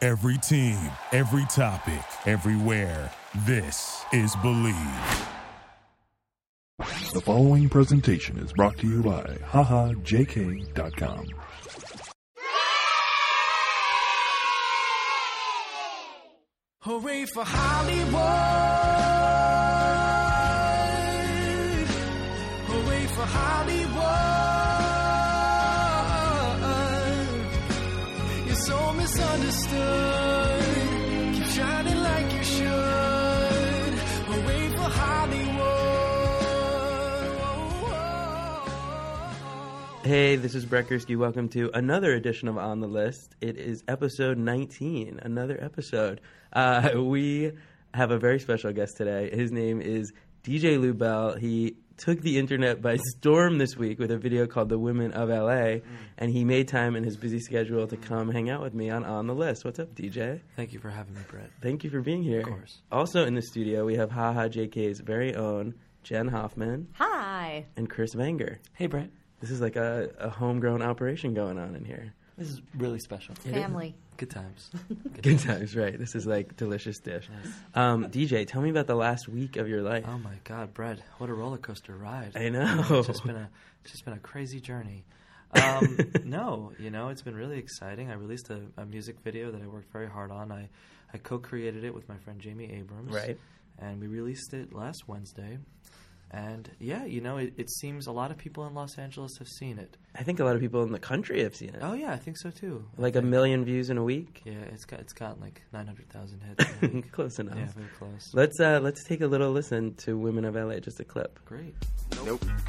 Every team, every topic, everywhere. This is Believe. The following presentation is brought to you by HaHaJK.com. Hooray for Hollywood! Hooray for Hollywood! You're so misunderstood. Keep shining like you should. Hooray for Hollywood! Hey, this is Brett Gursky. Welcome to another edition of On the List. It is episode 19, another episode. Uh, we have a very special guest today. His name is DJ Lou Bell. He took the internet by storm this week with a video called The Women of LA, and he made time in his busy schedule to come hang out with me on On the List. What's up, DJ? Thank you for having me, Brett. Thank you for being here. Of course. Also in the studio, we have HaHa JK's very own Jen Hoffman Hi. and Chris Vanger. Hey, Brett. This is like a, a homegrown operation going on in here. This is really special. Family. Good times. Good times, right? This is like delicious dish. Um, DJ, tell me about the last week of your life. Oh my God, Brett! What a roller coaster ride! I know. It's just been a it's just been a crazy journey. Um, no, you know it's been really exciting. I released a, a music video that I worked very hard on. I I co-created it with my friend Jamie Abrams. Right. And we released it last Wednesday. And yeah, you know, it, it seems a lot of people in Los Angeles have seen it. I think a lot of people in the country have seen it. Oh yeah, I think so too. I like a think- million views in a week. Yeah, it's got it's gotten like nine hundred thousand hits. I think. Close enough. Yeah, very close. Let's uh, let's take a little listen to Women of LA, just a clip. Great.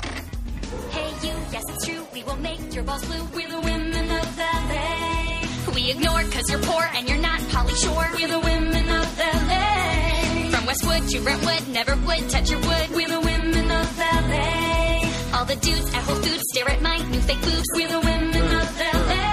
Hey you, yes it's true, we will make your balls blue. We're the women of LA. We ignore cause you're poor and you're not Polly Shore. We're the women of LA. From Westwood to Brentwood, never would touch your wood. We're the women of LA. All the dudes at Whole Foods stare at my new fake boobs. We're the women of LA.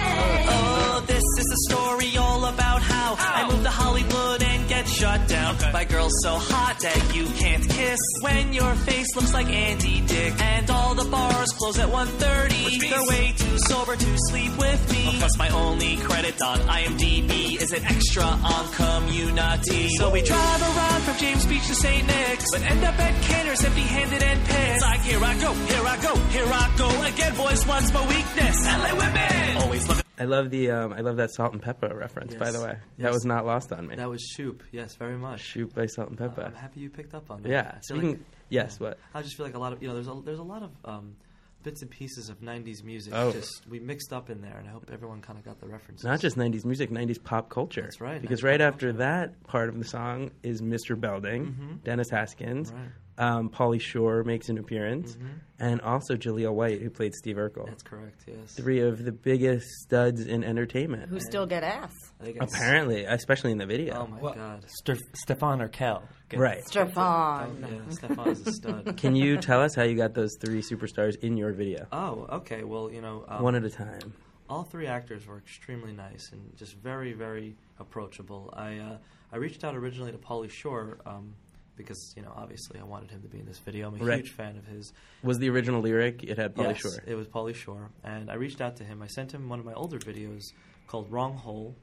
Oh, this is a story all about how I moved to Hollywood and get shut down by girls so hot that you can't kiss. When your face looks like Andy Dick and all the bars close at 1.30, they're way too sober to sleep with me. Plus my only credit on IMDb is an extra on community. So we drive around from James Beach to St. Nick's, but end up at Canner's empty-handed and pissed. Like here I go, here I go, here I go again, boys. What's my weakness? LA women always look. I love the um, I love that salt and pepper reference. By Yes. the way, that Yes. was not lost on me. That was Shoop. Yes, very much. Shoot by salt and pepper. I'm happy you picked up on that. yeah. I feel Speaking. like- yes. What? I just feel like a lot of you know there's a, there's a lot of um, bits and pieces of '90s music Oh. just we mixed up in there, and I hope everyone kind of got the references. Not just 90s music, 90s pop culture. That's right, Because 90s right pop after that part of the song is Mr. Belding, Dennis Haskins, Mm-hmm. Right. Mm-hmm. um, Polly Shore makes an appearance, and also Jaleel White, who played Steve Urkel. that's correct. Yes, Three of the biggest studs in entertainment. Who still get ass? I think it's- Apparently, especially in the video. Oh my god! Stefan Urkel. right. Stefan. Yeah, Stefan is a stud. Can you tell us how you got those three superstars in your video? Oh, okay. Well, you know, um, One at a time. all three actors were extremely nice and just very, very approachable. I uh, I reached out originally to Pauly Shore um, because you know obviously I wanted him to be in this video. I'm a Right. huge fan of his. Was the original lyric, it had Polly yes, Shore. it was Pauly Shore, and I reached out to him. I sent him one of my older videos called "Wrong Hole,"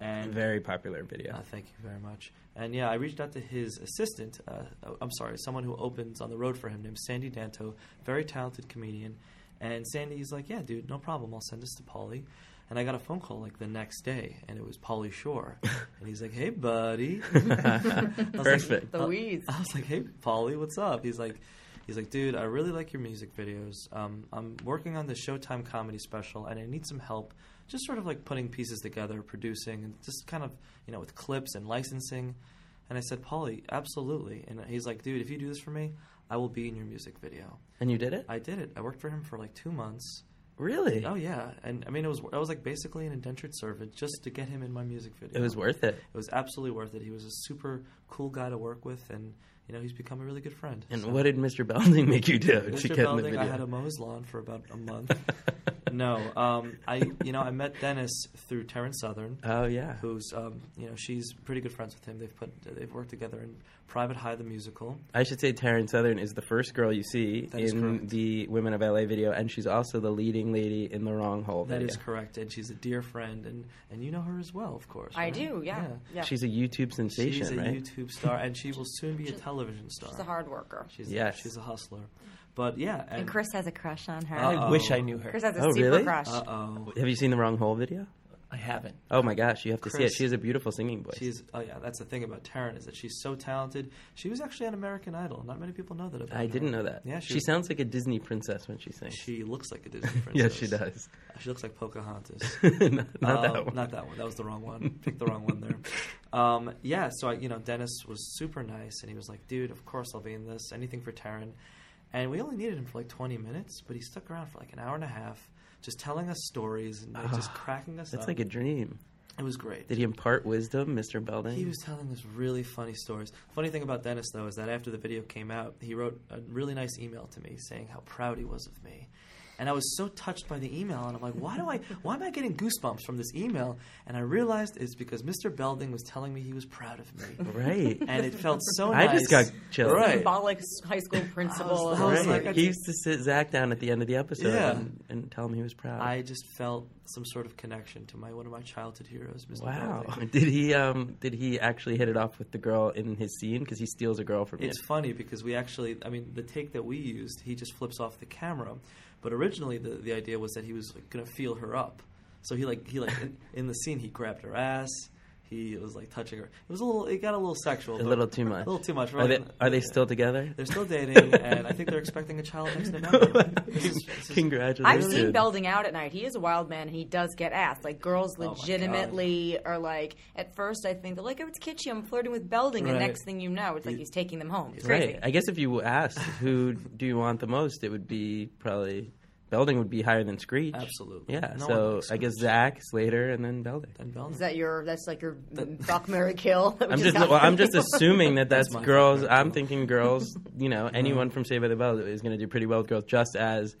and Very popular video. Uh, thank you very much. And yeah, I reached out to his assistant. Uh, oh, I'm sorry, someone who opens on the road for him, named Sandy Danto, very talented comedian. And Sandy's like, "Yeah, dude, no problem. I'll send this to Polly." And I got a phone call like the next day, and it was Polly Shore, and he's like, "Hey, buddy." I was like- Perfect. The Louise. Uh, I was like, "Hey, Polly, what's up?" He's like, "He's like, dude, I really like your music videos. Um, I'm working on the Showtime comedy special, and I need some help, just sort of like putting pieces together, producing, and just kind of, you know, with clips and licensing." And I said, "Polly, absolutely." And he's like, "Dude, if you do this for me, I will be in your music video." And you did it? I did it. I worked for him for like two months. really? Oh yeah, and I mean, it was I was like basically an indentured servant just to get him in my music video. It was worth it. It was absolutely worth it. He was a super cool guy to work with, and you know he's become a really good friend. And So- what did Mr. Belding make you do to Mr. get in the Belding, video? I had him mow his lawn for about a month. no, um, I you know I met Dennis through Terrence Southern, Oh yeah. who's um, you know she's pretty good friends with him. They've put they've worked together in Private High the musical. I should say Taryn Southern is the first girl you see That is in correct. the Women of LA video, and she's also the leading lady in the Wrong Hole That video. is correct, and she's a dear friend, and and you know her as well, of course. I right? do, yeah. yeah. She's a YouTube sensation, She's a right? YouTube star, and she will soon be a television star. She's a hard worker. She's Yes. she's a hustler, but yeah, and, And Chris has a crush on her. Uh-oh. I wish I knew her. Chris has a Uh, Oh, super really? crush. Uh oh, Have you seen the Wrong Hole video? I haven't. Oh my gosh, you have to see it. Chris- She has a beautiful singing voice. she's oh yeah. That's the thing about Taryn is that she's so talented. She was actually on American Idol. Not many people know that about I her. didn't know that. Yeah, she, was- sounds like a Disney princess when she sings. She looks like a Disney princess. yes, she does. She looks like Pocahontas. not, not Um, that one. Not that one. That was the wrong one. Picked the wrong one there. Um, yeah. So I, you know, Dennis was super nice, and he was like, "Dude, of course I'll be in this. Anything for Taryn." And we only needed him for like 20 minutes, but he stuck around for like an hour and a half, just telling us stories and like, just cracking us Ah, That's up. like a dream. it was great. Did he impart wisdom, Mr. Belding? He was telling us really funny stories. Funny thing about Dennis, though, is that after the video came out, he wrote a really nice email to me saying how proud he was of me. And I was so touched by the email, and I'm like, why do I, why am I getting goosebumps from this email? And I realized it's because Mr. Belding was telling me he was proud of me, right. and it felt so I nice. just got chills. Right. Symbolic s- high school principal. I Right. was like, I he just- used to sit Zach down at the end of the episode Yeah. and, and tell him he was proud. I just felt some sort of connection to my one of my childhood heroes, Mr. wow. Belding. Did he um did he actually hit it off with the girl in his scene because he steals a girl from you? It's funny because we actually, I mean, the take that we used, he just flips off the camera. But originally, the, the idea was that he was like, gonna feel her up. So he like he like in, in the scene he grabbed her ass. He was like touching her. It was a little. It got a little sexual. a but- little too much. A little too much. Are right? they, are they still together? They're still dating, and I think they're expecting a child next November. This is- this is- Congratulations. I've seen Belding out at night. He is a wild man, and he does get ass. Like girls God. legitimately are like. At first, I think they're like, "Oh, it's kitschy. I'm flirting with Belding." Right. And next thing you know, it's like he's taking them home. It's Right. crazy. I guess if you asked who do you want the most, it would be probably Belding would be higher than Screech. Absolutely. Yeah. No one so likes I guess Screech. Zach, Slater, and then Belding. And Belding. Is that your? That's like your fuck, Mary kill. I'm just well, I'm just assuming that that's, That's my Mm-hmm. girls. favorite, I'm too. thinking girls. You know, anyone from Saved by the Bell is going to do pretty well with girls, just as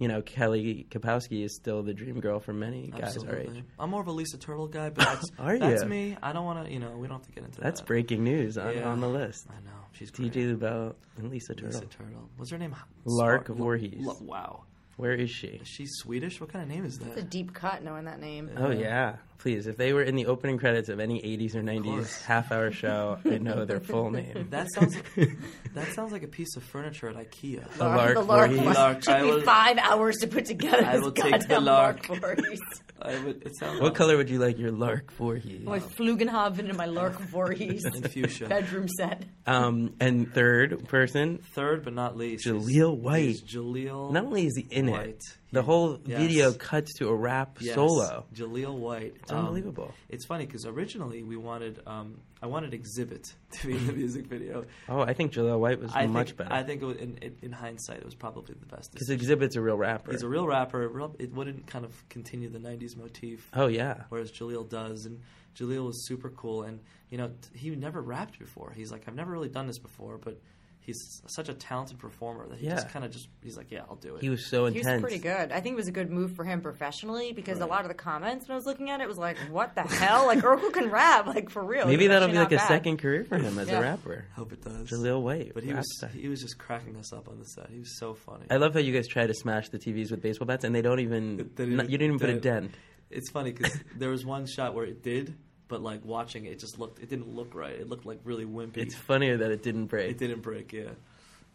you know Kelly Kapowski is still the dream girl for many guys our Absolutely. age. I'm more of a Lisa Turtle guy, but that's, Are that's ya? me. I don't want to. You know, we don't have to get into That's that. breaking news on, Yeah. on the list. I know. She's great. DJ LuBelle and Lisa Turtle. Lisa Turtle. What's her name? Lark Smart- Voorhees. Lo- wow. Where is she? Is she Swedish? What kind of name is It's a that? deep cut knowing that name. Oh yeah, please. If they were in the opening credits of any '80s or course. '90s half-hour show, I know their full name. That sounds like, that sounds like a piece of furniture at IKEA. The Lark the lark. Voorhees. one. Lark, I Took me will- five hours to put together. I this will take the goddamn lark. Voorhees. I would, it sounds What color would you like your Lark Voorhees? my Flugenhaven and my Lark Voorhees And fuchsia. bedroom set. Um, and third person, Third but not least, is- Jaleel White. is Jaleel. Not only is he in White. it, the whole Yes. video cuts to a rap Yes, solo. Jaleel White. It's unbelievable. It's funny because originally we wanted, um, I wanted Exhibit to be in the music video. Oh, I think Jaleel White was I much think, I better think it was, in, in, in hindsight, it was probably the best. because Exhibit's a real rapper. He's a real rapper. Real- It wouldn't kind of continue the '90s motif. oh yeah, whereas Jaleel does. And Jaleel was super cool. And, you know, t- he never rapped before. He's like, I've never really done this before, but he's such a talented performer that he Yeah. just kind of just, he's like, yeah, I'll do it. he was so He intense. was pretty good. I think it was a good move for him professionally because a lot of the comments when I was looking at it was like, "What the hell? Like Urkel can rap, like for real." Maybe He's that'll be actually like a not bad. second career for him as Yeah. a rapper. I hope it does. Jaleel White, But he rap was, star. he was just cracking us up on the set. He was so funny. I love how you guys try to smash the TVs with baseball bats, and they don't even. It didn't no, even- you didn't even put a didn't. dent. it's funny because there was one shot where it did, but, like, watching it, it just looked, it didn't look right. It looked, like, really wimpy. It's funnier that it didn't break. it didn't break, yeah.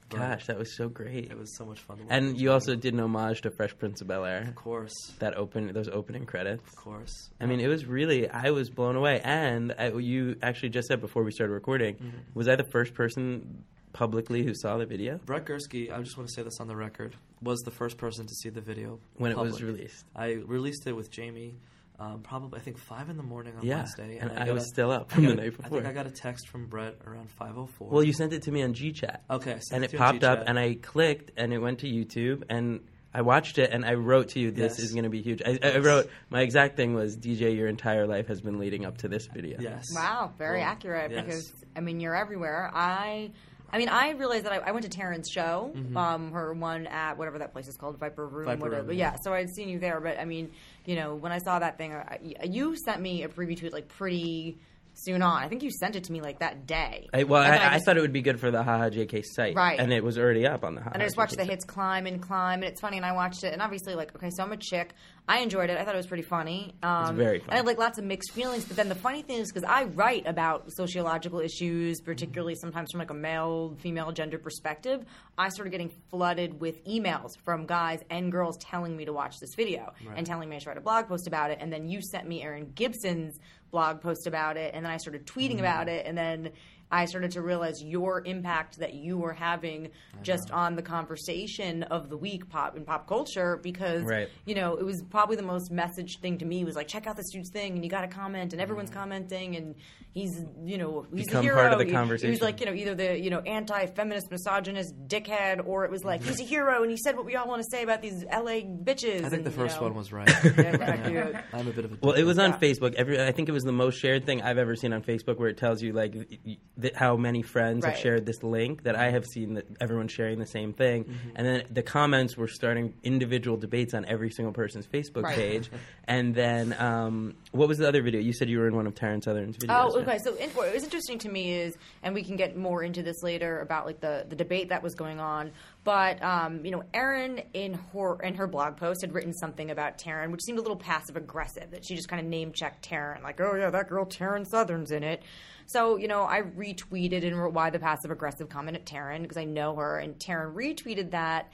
But Gosh, that was so great. It was so much fun to watch. and you also did an homage to Fresh Prince of Bel Air. Of course. That open those opening credits. Of course. I mean, it was really I was blown away. And I, you actually just said before we started recording, was I the first person publicly who saw the video Brett Gursky, I just want to say this on the record, was the first person to see the video when it was public. released? I released it with Jamie, um, probably I think five in the morning on Yeah, Wednesday, and I got was a- still up I from got the a- night I before. think I got a text from Brett around five oh four. Well, you sent it to me on GChat. Okay, I sent and it it to you on popped up, GChat. and I clicked, and it went to YouTube, and I watched it, and I wrote to you, "This Yes. is going to be huge." I, I wrote my exact thing was, "DJ, your entire life has been leading up to this video." yes, Wow, very Well, accurate yes. because I mean you're everywhere. I I mean, I realized that I, I went to Taryn's show, Mm-hmm. um, her one at whatever that place is called, Viper Room, Viper whatever. Room, yeah. so I'd seen you there, but I mean, you know, when I saw that thing, I, I- you sent me a preview to it like pretty soon on. I think you sent it to me like that day. I, well, I, And then I, just- thought it would be good for the Haha JK site, Right. And it was already up on the Haha. And I just watched the hits climb and climb, and it's funny. And I watched it, and obviously, like, okay, so I'm a chick. I enjoyed it. I thought it was pretty funny. Um, very And I had funny. like lots of mixed feelings. But then the funny thing is, because I write about sociological issues, particularly sometimes from like a male, female, gender perspective, I started getting flooded with emails from guys and girls telling me to watch this video and telling me I should write a blog post about it. And then you sent me Aaron Gibson's blog post about it, and then I started tweeting about it, and then. I started to realize your impact that you were having just on the conversation of the week pop in pop culture because Right. you know it was probably the most messaged thing to me was like check out this dude's thing and you got to comment and everyone's commenting and he's you know Mm-hmm. he's Become a hero part of the He- he was conversation. like you know either the you know anti-feminist misogynist dickhead or it was like Mm-hmm. he's a hero and he said what we all want to say about these LA bitches I think and, the you first know. one was right. Yeah, exactly. I'm a bit of a. Well, it was on Yeah. Facebook. Every I think it was the most shared thing I've ever seen on Facebook, where it tells you like y- th- how many friends Right. have shared this link that I have seen that everyone sharing the same thing, and then the comments were starting individual debates on every single person's Facebook Right. page, and then um, what was the other video? You said you were in one of Terrence Southern's videos. Oh, right? okay. So in, what was interesting to me is, and we can get more into this later about like the, the debate that was going on. But um, you know, Erin in her in her blog post had written something about Taryn, which seemed a little passive aggressive. That she just kind of name checked Taryn, like, oh yeah, that girl Taryn Southern's in it. So you know, I retweeted and wrote why the passive aggressive comment at Taryn because I know her, and Taryn retweeted that.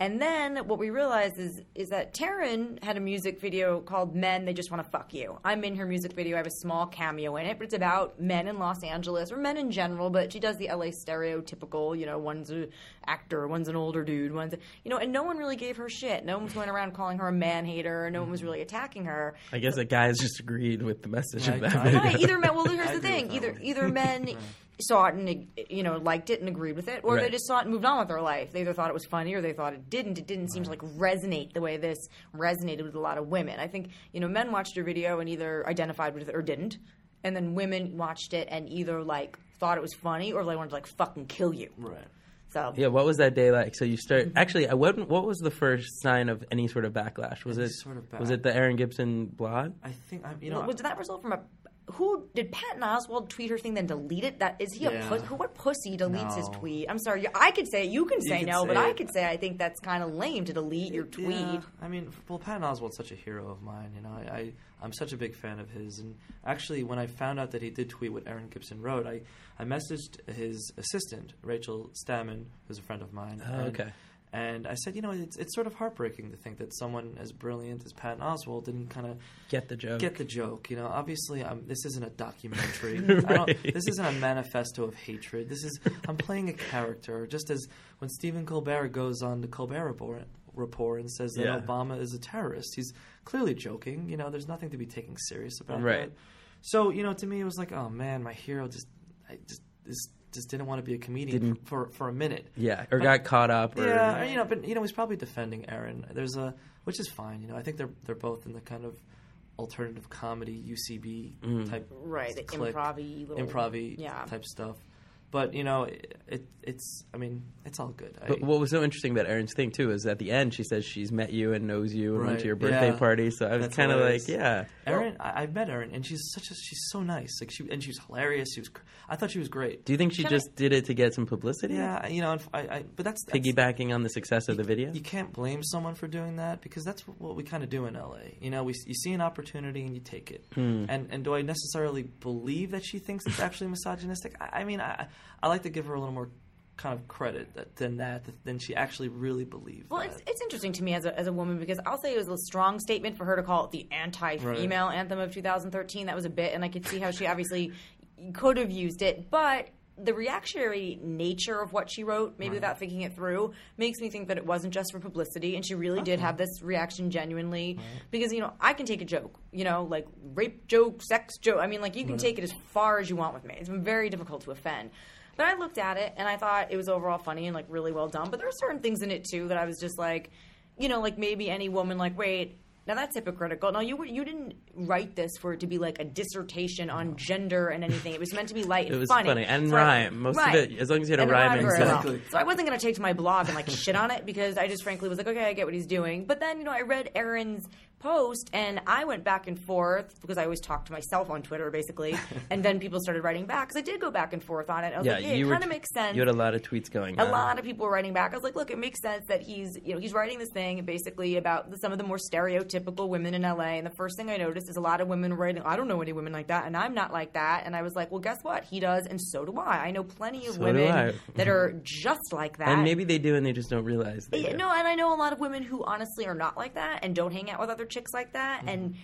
And then what we realized is is that Taryn had a music video called "Men They Just Want to Fuck You." I'm in her music video. I have a small cameo in it, but it's about men in Los Angeles or men in general. But she does the LA stereotypical, you know, one's an actor, one's an older dude, one's a, you know, and no one really gave her shit. No one was going around calling her a man hater. No one was really attacking her. I guess the guys just agreed with the message of Like, that I- video. Right. Either men. Well, here's I the agree thing. with that Either one. either men saw it and you know liked it and agreed with it, or they Right. just saw it and moved on with their life. They either thought it was funny or they thought it didn't. It didn't seem to like resonate the way this resonated with a lot of women. I think you know men watched your video and either identified with it or didn't, and then women watched it and either like thought it was funny or they wanted to like fucking kill you. Right. So Yeah, what was that day like? So you start actually. I wouldn't, what was the first sign of any sort of backlash? Was Any it sort of was it the Aaron Gibson blog? I think I'm. You know. Well, did that result from a who did Patton Oswald tweet her thing then delete it? That is he a Yeah. pus- who? What pussy deletes his No. tweet? I'm sorry, you- I could say it, you can say could no, but say I it. could say I think that's kind of lame to delete your tweet. Yeah, I mean, f- well, Patton Oswalt's such a hero of mine. You know, I, I I'm such a big fan of his. And actually, when I found out that he did tweet what Aaron Gibson wrote, I I messaged his assistant Rachel Stammen, who's a friend of mine. Oh, and- okay. And I said, you know, it's it's sort of heartbreaking to think that someone as brilliant as Patton Oswald didn't kind of Get the joke. Get the joke. You know, obviously, um, this isn't a documentary. I don't, this isn't a manifesto of hatred. This is I'm playing a character. Just as when Stephen Colbert goes on the Colbert Report, report and says that Yeah. Obama is a terrorist, he's clearly joking. You know, there's nothing to be taken serious about. Right. That. So you know, to me, it was like, oh man, my hero just, I just, just, just didn't want to be a comedian for, for for a minute. Yeah, or But- got caught up. Or, yeah, you know, but you know, he's probably defending Aaron. There's a, which is fine. You know, I think they're they're both in the kind of alternative comedy UCB Mm-hmm. type, Right, the clique, improv-y little- improv-y yeah. type stuff. But you know, it, it it's I mean, it's all good. I, But what was so interesting about Erin's thing too is at the end she says she's met you and knows you and went Right, to your birthday yeah. party. So I was That's kind of like, hilarious. yeah, Erin, I, I've met Erin, and she's such a she's so nice. Like she and she was hilarious. She was cr- I thought she was great. do you think she Can I- just did it to get some publicity? yeah, you know, and f- I, I but that's, that's piggybacking on the success of the video. You can't blame someone for doing that because that's wh- what we kind of do in LA. You know, we you see an opportunity and you take it. And and do I necessarily believe that she thinks it's actually misogynistic? I, I mean, I I like to give her a little more kind of credit that, than that than she actually really believed. Well, that. it's, it's interesting to me as a, as a woman because I'll say it was a strong statement for her to call it the anti female anthem of 2013. That was a bit, and I could see how she obviously could have used it, but. The reactionary nature of what she wrote, maybe without thinking it through, makes me think that it wasn't just for publicity, and she really did have this reaction genuinely. Because you know, I can take a joke, you know, like rape joke, sex joke. I mean, like you can take it as far as you want with me. It's been very difficult to offend. But I looked at it and I thought it was overall funny and like really well done. But there are certain things in it too that I was just like, you know, like maybe any woman, like, wait, Now that's hypocritical. Now you were- you didn't write this for it to be like a dissertation on gender and anything. It was meant to be light and It was funny, funny and So I- rhyme. Most of it- as long as you had a And rhyme very inside. well. Exactly. So I wasn't gonna take to my blog and like shit on it because I just frankly was like, okay, I get what he's doing. But then you know I read Aaron's post and I went back and forth because I always talk to myself on Twitter basically, and then people started writing back because I did go back and forth on it. I was like, yeah, it kind of makes sense. You had a lot of tweets going. A on. lot of people were writing back. I was like, look, it makes sense that he's, you know, he's writing this thing basically about the, some of the more stereotypical women in LA. And the first thing I noticed is a lot of women writing, I don't know any women like that, and I'm not like that. And I was like, well, guess what? He does, and so do I. I know plenty of So do I. women that are just like that. And maybe they do, and they just don't realize. They Yeah, do. no, and I know a lot of women who honestly are not like that and don't hang out with other chicks like that Mm-hmm. and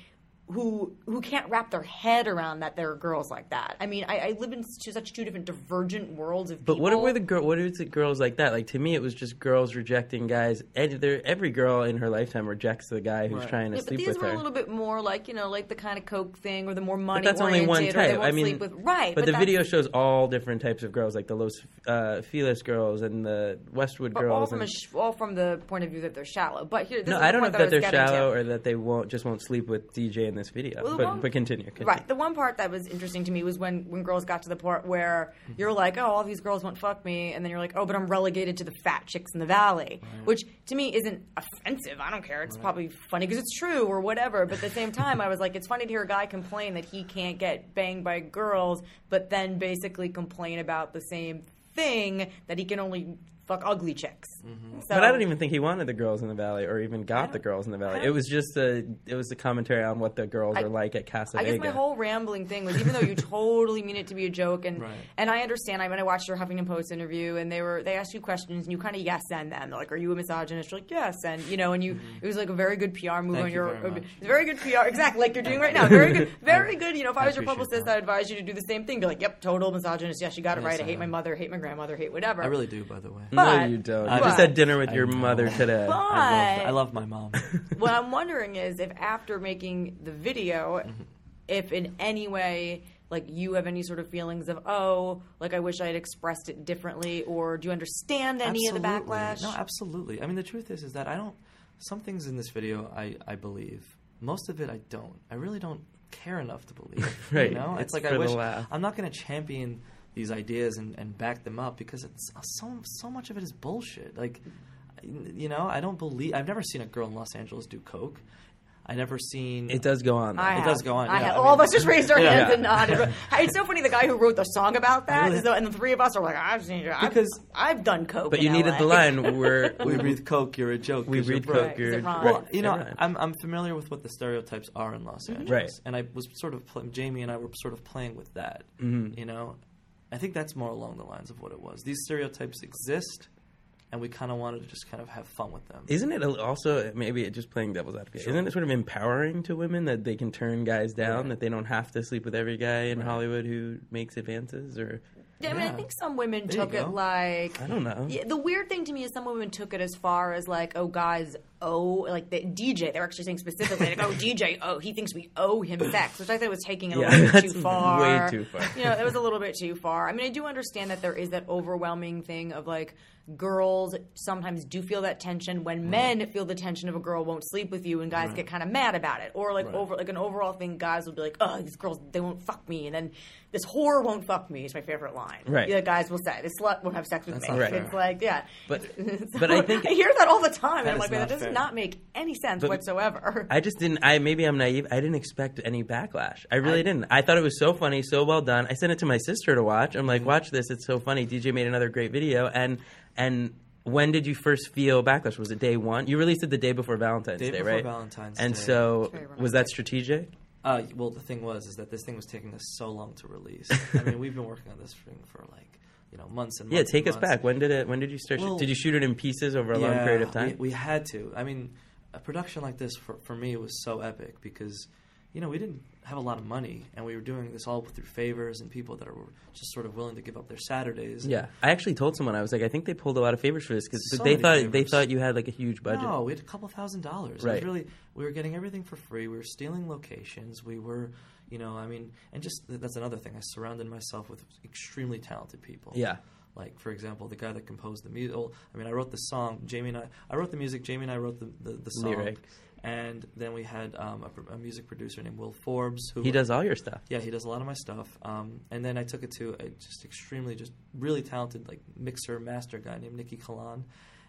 who who can't wrap their head around that there are girls like that. I mean, I, I live in two, such two different divergent worlds of But people. what were the girl? What is it? Girls like that? Like to me, it was just girls rejecting guys. And they're- every girl in her lifetime rejects the guy who's Right. trying to Yeah, but sleep these with were her. a little bit more like you know, like the kind of coke thing or the more money but that's only one oriented, or they type. won't I mean, sleep with right. But, the that's- video shows all different types of girls, like the Los uh, Feliz girls and the Westwood but girls. all from a and- sh- all from the point of view that they're shallow. But here, this no, is the I don't know point if that I that they're was getting to. shallow or that they won't just won't sleep with DJ in this video. Well, the but, one- but continue, continue. Right. The one part that was interesting to me was when, when girls got to the part where Mm-hmm. you're like, oh, all these girls won't fuck me. And then you're like, oh, but I'm relegated to the fat chicks in the valley, which to me isn't offensive. I don't care. It's probably funny because it's true or whatever. But at the same time, I was like, it's funny to hear a guy complain that he can't get banged by girls, but then basically complain about the same thing that he can only fuck ugly chicks. So, Mm-hmm. But I don't even think he wanted the girls in the valley, or even got the girls in the valley. It was just a it was a commentary on what the girls are like at Casa I guess my Vega. whole rambling thing was even though you totally mean it to be a joke and Right. and I understand I mean I watched your Huffington Post interview and they were they asked you questions and you kinda yes and them. They're like, Are you a misogynist? You're like, Yes and you know, and you it was like a very good PR Mm-hmm. move Thank on you your very much. it's very good PR exactly like you're doing right now. Very good very good, you know, if I, was your appreciate publicist that. I'd advise you to do the same thing. Be like, Yep, total misogynist, yes, you got it Yes, right. I I hate am. my mother, hate my grandmother, hate whatever. I really do, by the way. no, but- you don't. I- you just but- had dinner with your I know. mother today. But I love, I love my mom. what I'm wondering is if after making the video, Mm-hmm. if in any way like you have any sort of feelings of oh like I wish I had expressed it differently or do you understand any of the Absolutely. backlash? No, absolutely. I mean, the truth is, is that I don't. Some things in this video, I I believe. Most of it, I don't. I really don't care enough to believe. Right. You know, it's, It's like for I the wish laugh. I'm not going to champion these ideas and, and back them up because it's uh, so so much of it is bullshit. Like, you know, I don't believe. I've never seen a girl in Los Angeles do coke. I never seen. It does go on. though. I it have. does go on, I yeah, have. I All of mean- us just raised our Yeah. hands and nodded. It's so funny. The guy who wrote the song about that, Really? is the- and the three of us are like, "Ah, I've seen I've, Because- I've done coke. But in you needed LA. the line where we breathe coke. You're a joke. we 'cause you're read broke. coke. you're- Is it wrong? right, Well, you know, right. I'm, I'm familiar with what the stereotypes are in Los Angeles, Right. And I was sort of pl- Jamie and I were sort of playing with that. Mm-hmm. You know, I think that's more along the lines of what it was. These stereotypes exist, and we kind of wanted to just kind of have fun with them. Isn't it al- also maybe just playing devil's advocate? Isn't it sort of empowering to women that they can turn guys down, that they don't have to sleep with every guy in Hollywood who makes advances? Or Yeah, I mean, I Yeah. think some women There you took it go. like I don't know. Yeah, the weird thing to me is some women took it as far as like, oh, guys, oh, like the DJ. They were actually saying specifically, like, oh, DJ, oh, he thinks we owe him sex, which I thought was taking it Yeah, a little bit that's too far. way too far. You know, it was a little bit too far. I mean, I do understand that there is that overwhelming thing of like girls sometimes do feel that tension Mm-hmm. when men feel the tension of a girl won't sleep with you and guys get kind of mad about it, or like over like an overall thing, guys will be like, oh, these girls they won't fuck me, and then this whore won't fuck me is my favorite line. Right. Yeah, guys will say this slut won't have sex with me. not Right. fair. It's like yeah, But So but I think I hear that all the time, and I'm is like, man, not that does fair. not make any sense whatsoever. I just didn't. I maybe I'm naive. I didn't expect any backlash. I really didn't. I thought it was so funny, so well done. I sent it to my sister to watch. I'm like, Mm-hmm. watch this. It's so funny. DJ made another great video. And and when did you first feel backlash? Was it day one? You released it the day before Valentine's Day Day, before right? Valentine's and Day. so very romantic. was that strategic? Uh, well, the thing was is that this thing was taking us so long to release. I mean, we've been working on this thing for like you know months and Yeah, months take and us months. back. When did it? When did you start? Well- did you shoot it in pieces over a long period of time? We, we had to. I mean, a production like this for, for me was so epic because, you know, we didn't have a lot of money and we were doing this all through favors and people that were just sort of willing to give up their Saturdays. yeah, I actually told someone I was like, I think they pulled a lot of favors for this because So they many thought they favors. thought you had like a huge budget. No, we had a couple thousand dollars. It Right. was really, we were getting everything for free. We were stealing locations. We were, you know, I mean, and just th- that's another thing. I surrounded myself with extremely talented people. Yeah. Like for example, the guy that composed the music. I mean, I wrote the song. Jamie and I. I wrote the music. Jamie and I wrote the the, the song. Lyrics. And then we had um, a, pr- a music producer named Will Forbes, who He does all your stuff. yeah, he does a lot of my stuff. Um, and then I took it to a just extremely, just really talented like mixer master guy named Nicky Kalan,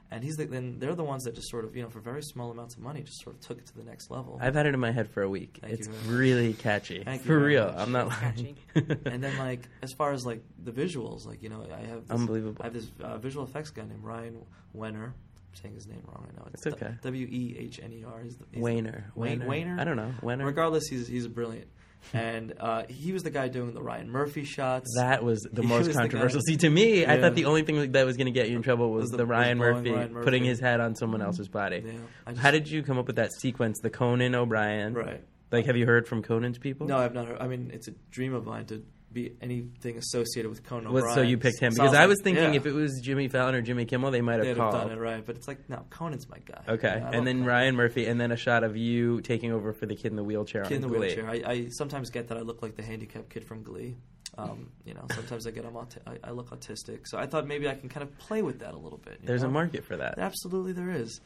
and he's the, then they're the ones that just sort of you know for very small amounts of money just sort of took it to the next level. I've had it in my head for a week. Thank it's you very much. really catchy. Thank you for very real. much. I'm not lying. Catchy. and then like as far as like the visuals, like you know I have this, Unbelievable. I have this uh, visual effects guy named Ryan Wenner. I'm saying his name wrong. I know It's okay. W e h n e r is the he's the- Wayner. Wayne Wayner. Wayner. I don't know. Wayner. Regardless, he's he's brilliant. And uh, he was the guy doing the Ryan Murphy shots. That was the He most was the guy- controversial. See, to me, I Yeah. thought the only thing that was going to get you in trouble was, Was the- the was Ryan blowing Murphy, Ryan Murphy. Mm-hmm. putting his hat on someone else's body. Yeah, I just- How did you come up with that sequence, the Conan O'Brien? Right. Like, have you heard from Conan's people? No, I've not heard. I mean, it's a dream of mine to be anything associated with Conan Was, O'Brien. so you picked him So because I like, was thinking yeah, if it was Jimmy Fallon or Jimmy Kimmel, they might they'd have have called. done it right, but it's like no, Conan's my guy. Okay, Yeah, I and love then Conan. Ryan Murphy, and then a shot of you taking over for the kid in the wheelchair. Kid in the on Glee. wheelchair. I, I sometimes get that I look like the handicapped kid from Glee. Um, you know, sometimes I get I'm auti- I, I look autistic. So I thought maybe I can kind of play with that a little bit. you There's a know? market for that. Absolutely, there is,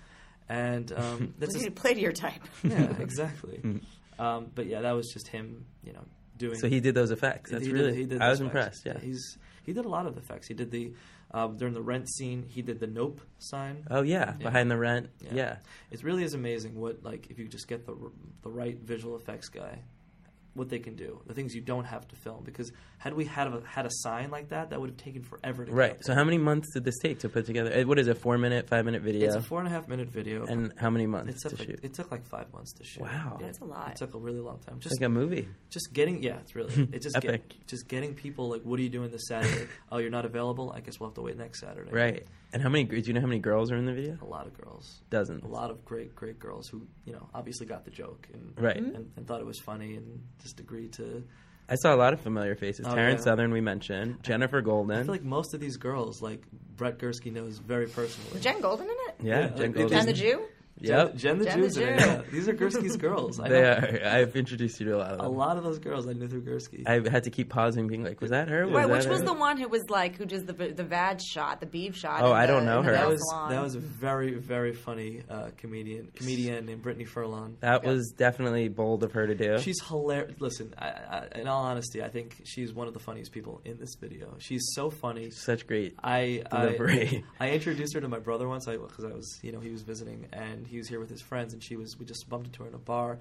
and um, that's You just, can play to your type. yeah, exactly. um, but yeah, that was just him. You know, doing. Hmm. So he did those effects. That's He did- really. he did I the was effects. impressed. Yeah. he's he did a lot of effects. He did the um, during the rent scene. He did the nope sign. oh yeah, behind the rent. Yeah. it really is amazing what like if you just get the r- the right visual effects guy, what they can do. The things you don't have to film because had we had a, had a sign like that, that would have taken forever to Right. Get. So how many months did this take to put together? eh, What is it? Four minute, five minute video. It's a four and a half minute video. and how many it months took to like, shoot? it took like five months to shoot. Wow. Yeah, That's a lot. It took a really long time. Just Like a movie. just getting yeah it's really it's just get- Hmm. Epic. just getting people like what are you doing this saturday oh you're not available i guess we'll have to wait next saturday Right. And how many? Do you know how many girls are in the video? a lot of girls Dozens. a lot of great great girls who you know obviously got the joke and Right. Mhm. and, and thought it was funny and just agreed to I saw a lot of familiar faces. Oh, Taryn yeah. Southern, we mentioned. Jennifer i Golden. feel like most of these girls like brett Gursky knows very personally Jen Golden in it? yeah, like, Jen they Golden. just- And the Jew? Yep. jen the Jen the jews in it, Jew. yeah. these are Gursky's girls i they know are. I've introduced you to a lot of them. a lot of those girls i knew through Gursky. I had to keep pausing, being like, "Was that her? Was Right, that which was her? the one who was like, who does the the vad shot, the beef shot? Oh, in I the- don't know in the her. that nail was salon. that was a very very funny uh, comedian comedian named Brittany Furlon. That was definitely bold of her to do. She's hilarious. Listen, I, I, in all honesty, I think she's one of the funniest people in this video. She's so funny. such great. I I, Delivery. I introduced her to my brother once because I, was you know he was visiting and he was here with his friends and she was we just bumped into her in a bar.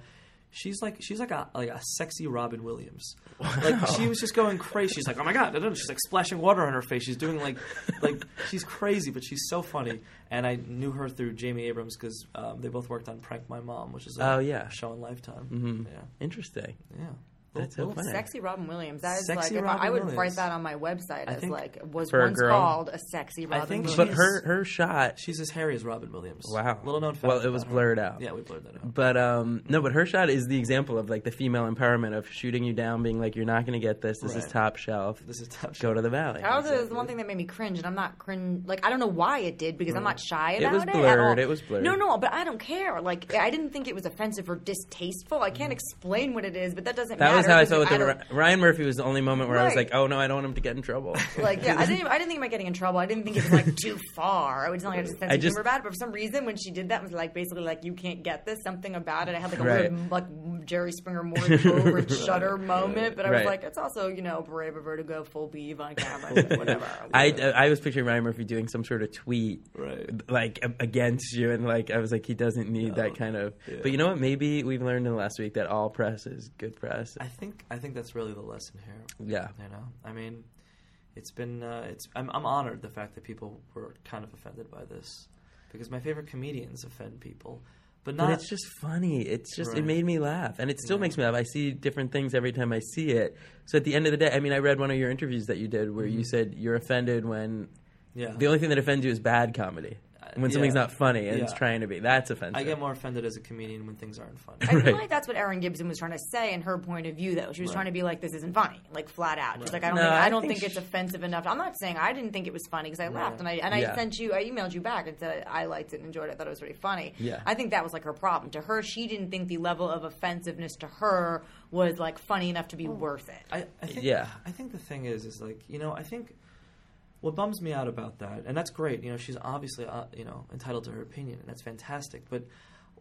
She's like she's like a like a sexy Robin Williams. Like she was just going crazy. She's like oh my god, da-da-da. she's like splashing water on her face. She's doing like like she's crazy, but she's so funny. And I knew her through Jamie Abrams because um, they both worked on Prank My Mom, which is a Oh, yeah. Mm-hmm. show on Lifetime. Yeah. Interesting. Yeah. That's Well, so funny. Oh, Sexy Robin Williams. That is Sexy like if Robin I, I would Williams. write that on my website as think like was for a once girl- called a sexy Robin think Williams. But She's- her her shot. She's as hairy as Robin Williams. Wow. Little known fact. Well, it was about her. blurred out. Yeah, we blurred that out. But um no, but her shot is the example of like the female empowerment of shooting you down, being like, "You're not going to get this. This Right. is top shelf. This is top Go to the valley." That was the one thing that made me cringe, and I'm not cringe. Like I don't know why it did because I'm not shy about it. was at all. blurred, Mm. it was blurred. No, no, but I don't care. Like I didn't think it was offensive or distasteful. I can't explain what it is, but that doesn't Mm. That matter. was how I felt with because the don't- Ry- Ryan Murphy was the only moment where I was Right. like, "Oh no, I don't want him to get in trouble." Like yeah, I didn't. I didn't think about getting in trouble. I didn't think it was like too far. I was not like I just sense I of just- humor about it. But for some reason, when she did that, it was like basically like you can't get this. Something about it. I had like a Right. weird like Jerry Springer Morgan over shudder moment. But I was Right. like, it's also you know brave of her to go full beeve on camera, whatever. I, I was picturing Ryan Murphy doing some sort of tweet Right. like a- against you, and like I was like, he doesn't need that kind of. But you know what? Maybe we've learned in the last week that all press is good press. I think I think that's really the lesson here. Yeah. You know, I mean, it's been uh, it's I'm I'm honored the fact that people were kind of offended by this because my favorite comedians offend people, but not But it's just funny. It's just it Right. made me laugh, and it still makes me laugh. I see different things every time I see it. So at the end of the day, I mean, I read one of your interviews that you did where Mm-hmm. you said you're offended when yeah. the only thing that offends you is bad comedy. When Uh, yeah. something's not funny and it's Yeah. trying to be, that's offensive. I get more offended as a comedian when things aren't funny. I feel Right. like that's what Erin Gibson was trying to say in her point of view, though. She was trying to be like, "This isn't funny," like flat out. She's like, "I don't, No, think, I I don't think think, it's she- offensive enough." I'm not saying I didn't think it was funny because I laughed and I and Yeah. I sent you, I emailed you back and said I liked it and enjoyed it. I thought it was really funny. Yeah. I think that was like her problem. To her, she didn't think the level of offensiveness to her was like funny enough to Oh. be worth it. I, I think, Yeah. I think the thing is, is like you know, I think what bums me out about that, and that's great. You know, she's obviously uh, you know entitled to her opinion, and that's fantastic. But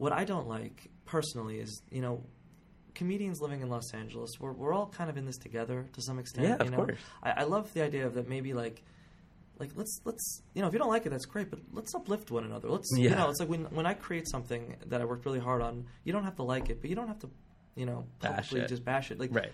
What I don't like personally is, you know, comedians living in Los Angeles, we're, we're all kind of in this together to some extent. Yeah, of you know? course. I, I love the idea of that maybe like like let's let's you know if you don't like it that's great but let's uplift one another let's you Yeah. know it's like when when I create something that I worked really hard on you don't have to like it but you don't have to you know Bash publicly it. just bash it like Right.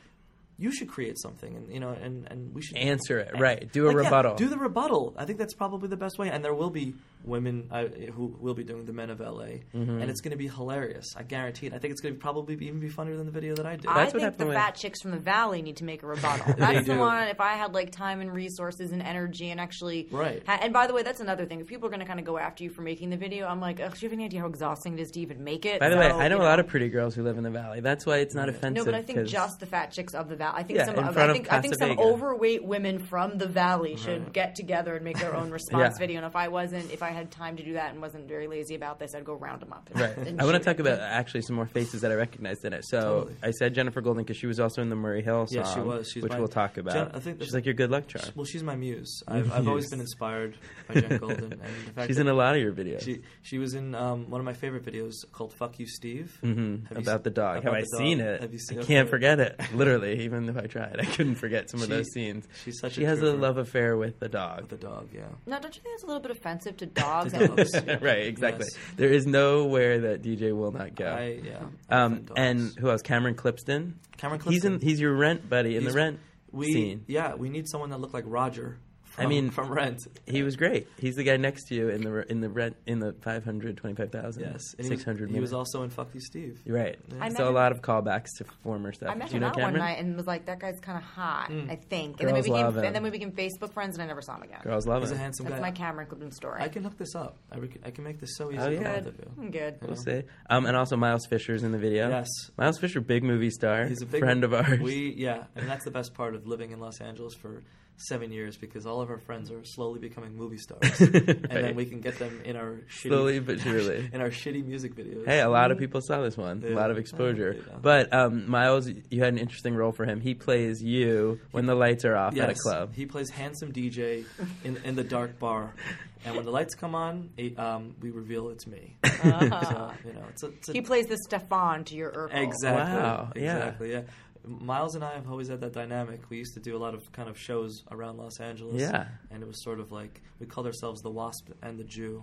you should create something and you know and and we should Answer it. Right. Do a like, yeah, rebuttal. do the rebuttal. I think that's probably the best way. And there will be women uh, who will be doing the Men of LA, Mm-hmm. and it's going to be hilarious. I guarantee it. I think it's going to probably be, even be funnier than the video that I did. That's I what think the happened with- fat chicks from the valley need to make a rebuttal. That's the do. one. If I had like time and resources and energy and actually, Right. Ha- and by the way, that's another thing. If people are going to kind of go after you for making the video, I'm like, Ugh, do you have any idea how exhausting it is to even make it? By the way, So, I know you a lot of pretty girls who live in the valley. That's why it's not No, offensive. but I think 'cause- just the fat chicks of the valley. I think Yeah, some. in of- front I of think I think some Pasadena. overweight women from the valley should get together and make their own response Yeah. video. And if I wasn't, if I had time to do that and wasn't very lazy about this, I'd go round them up. and- Right. and I want to talk shoot. about actually some more faces that I recognized in it. So Totally. I said Jennifer Golden because she was also in the Murray Hill song, Yeah, she was. She's which my- we'll talk Jen- about. I she's think that's- like your good luck charm. Well, she's my muse. I've, I've always been inspired by Jen Golden. And the fact She's that in a lot of your videos. She she was in um, one of my favorite videos called "Fuck You, Steve." Mm-hmm. about the dog. Have I seen it? Have you seen? I okay. can't forget it. Literally, even if I tried, I couldn't forget some of She- those scenes. she's such she a has a trooper. love affair with the dog. the dog? Yeah. Now, don't you think that's a little bit offensive to dogs? right, exactly. Yes. There is nowhere that DJ will not go. I yeah. I um, love dogs. and who else? Cameron Clipston. Cameron He's in. Clipston. He's your Rent buddy in He's- the Rent we scene. yeah we need someone that looked like Roger. From, mean- from Rent. He was great. He's the guy next to you in the in the rent in the 500, 25,000, Yes, and he was- 600 He was minute. also in "Fuck You, Steve." You're right. I so met a him- lot of callbacks to former stuff. I met Do you him know out Cameron? one night and was like, "That guy's kind of hot, Mm. I think." And then, we Girls love became, him. and then we became Facebook friends, and I never saw him again. Girls love He's a him. handsome That's guy. my Cameron Clipton story. I can hook this up. I, rec- I can make this so easy. Oh, for yeah. both of you. I'm good. We'll see. Um, and also Miles Fisher's in the video. Yes. Miles Fisher, big movie star. He's a big friend of ours. We yeah, and that's the best part of living in Los Angeles for seven years because all of our friends are slowly becoming movie stars, and Right. then we can get them in our shitty, Slowly but surely. in our shitty music videos. Hey, a lot of people saw this one. A Yeah. lot of exposure. Yeah. But um, Miles, you had an interesting role for him. He plays you when the lights are off at a Yes, club. he plays handsome DJ in in the dark bar, and when the lights come on, it, um, we reveal it's me. so, you know, it's a, it's a, He plays the Stefan to your Urkel. Exactly. Wow, yeah. Exactly. Yeah. Miles and I have always had that dynamic. We used to do a lot of kind of shows around Los Angeles. Yeah. And it was sort of like we called ourselves the Wasp and the Jew.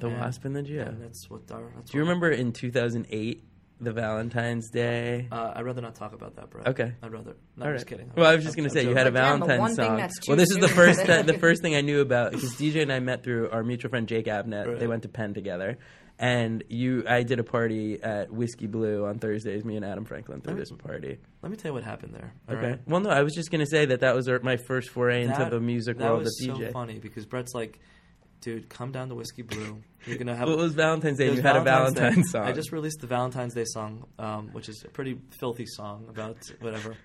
The And- Wasp and the Jew. And that's what our. That's Do you remember in 2008, the Valentine's Day? Uh, I'd rather not talk about that, Brett. Okay. I'd rather. All No, I'm right. just kidding. Well, I was just going to I'm say you had a joking. damn, the Valentine's one thing song. that's too well, this is the soon. first th- the first thing I knew about because DJ and I met through our mutual friend Jake Abnett. They Right. went to Penn together, and you I did a party at Whiskey Blue on Thursdays. Me and Adam Franklin threw this party. Let me tell you what happened there. all Okay. right? Well, no, I was just going to say that that was our, my first foray into That- the music that world was of DJ. so funny because Brett's like, dude, come down to Whiskey Blue. You're gonna have. Well, it was Valentine's Day. It and was You had a Valentine's Day. Valentine's song. I just released the Valentine's Day song, um, which is a pretty filthy song about whatever.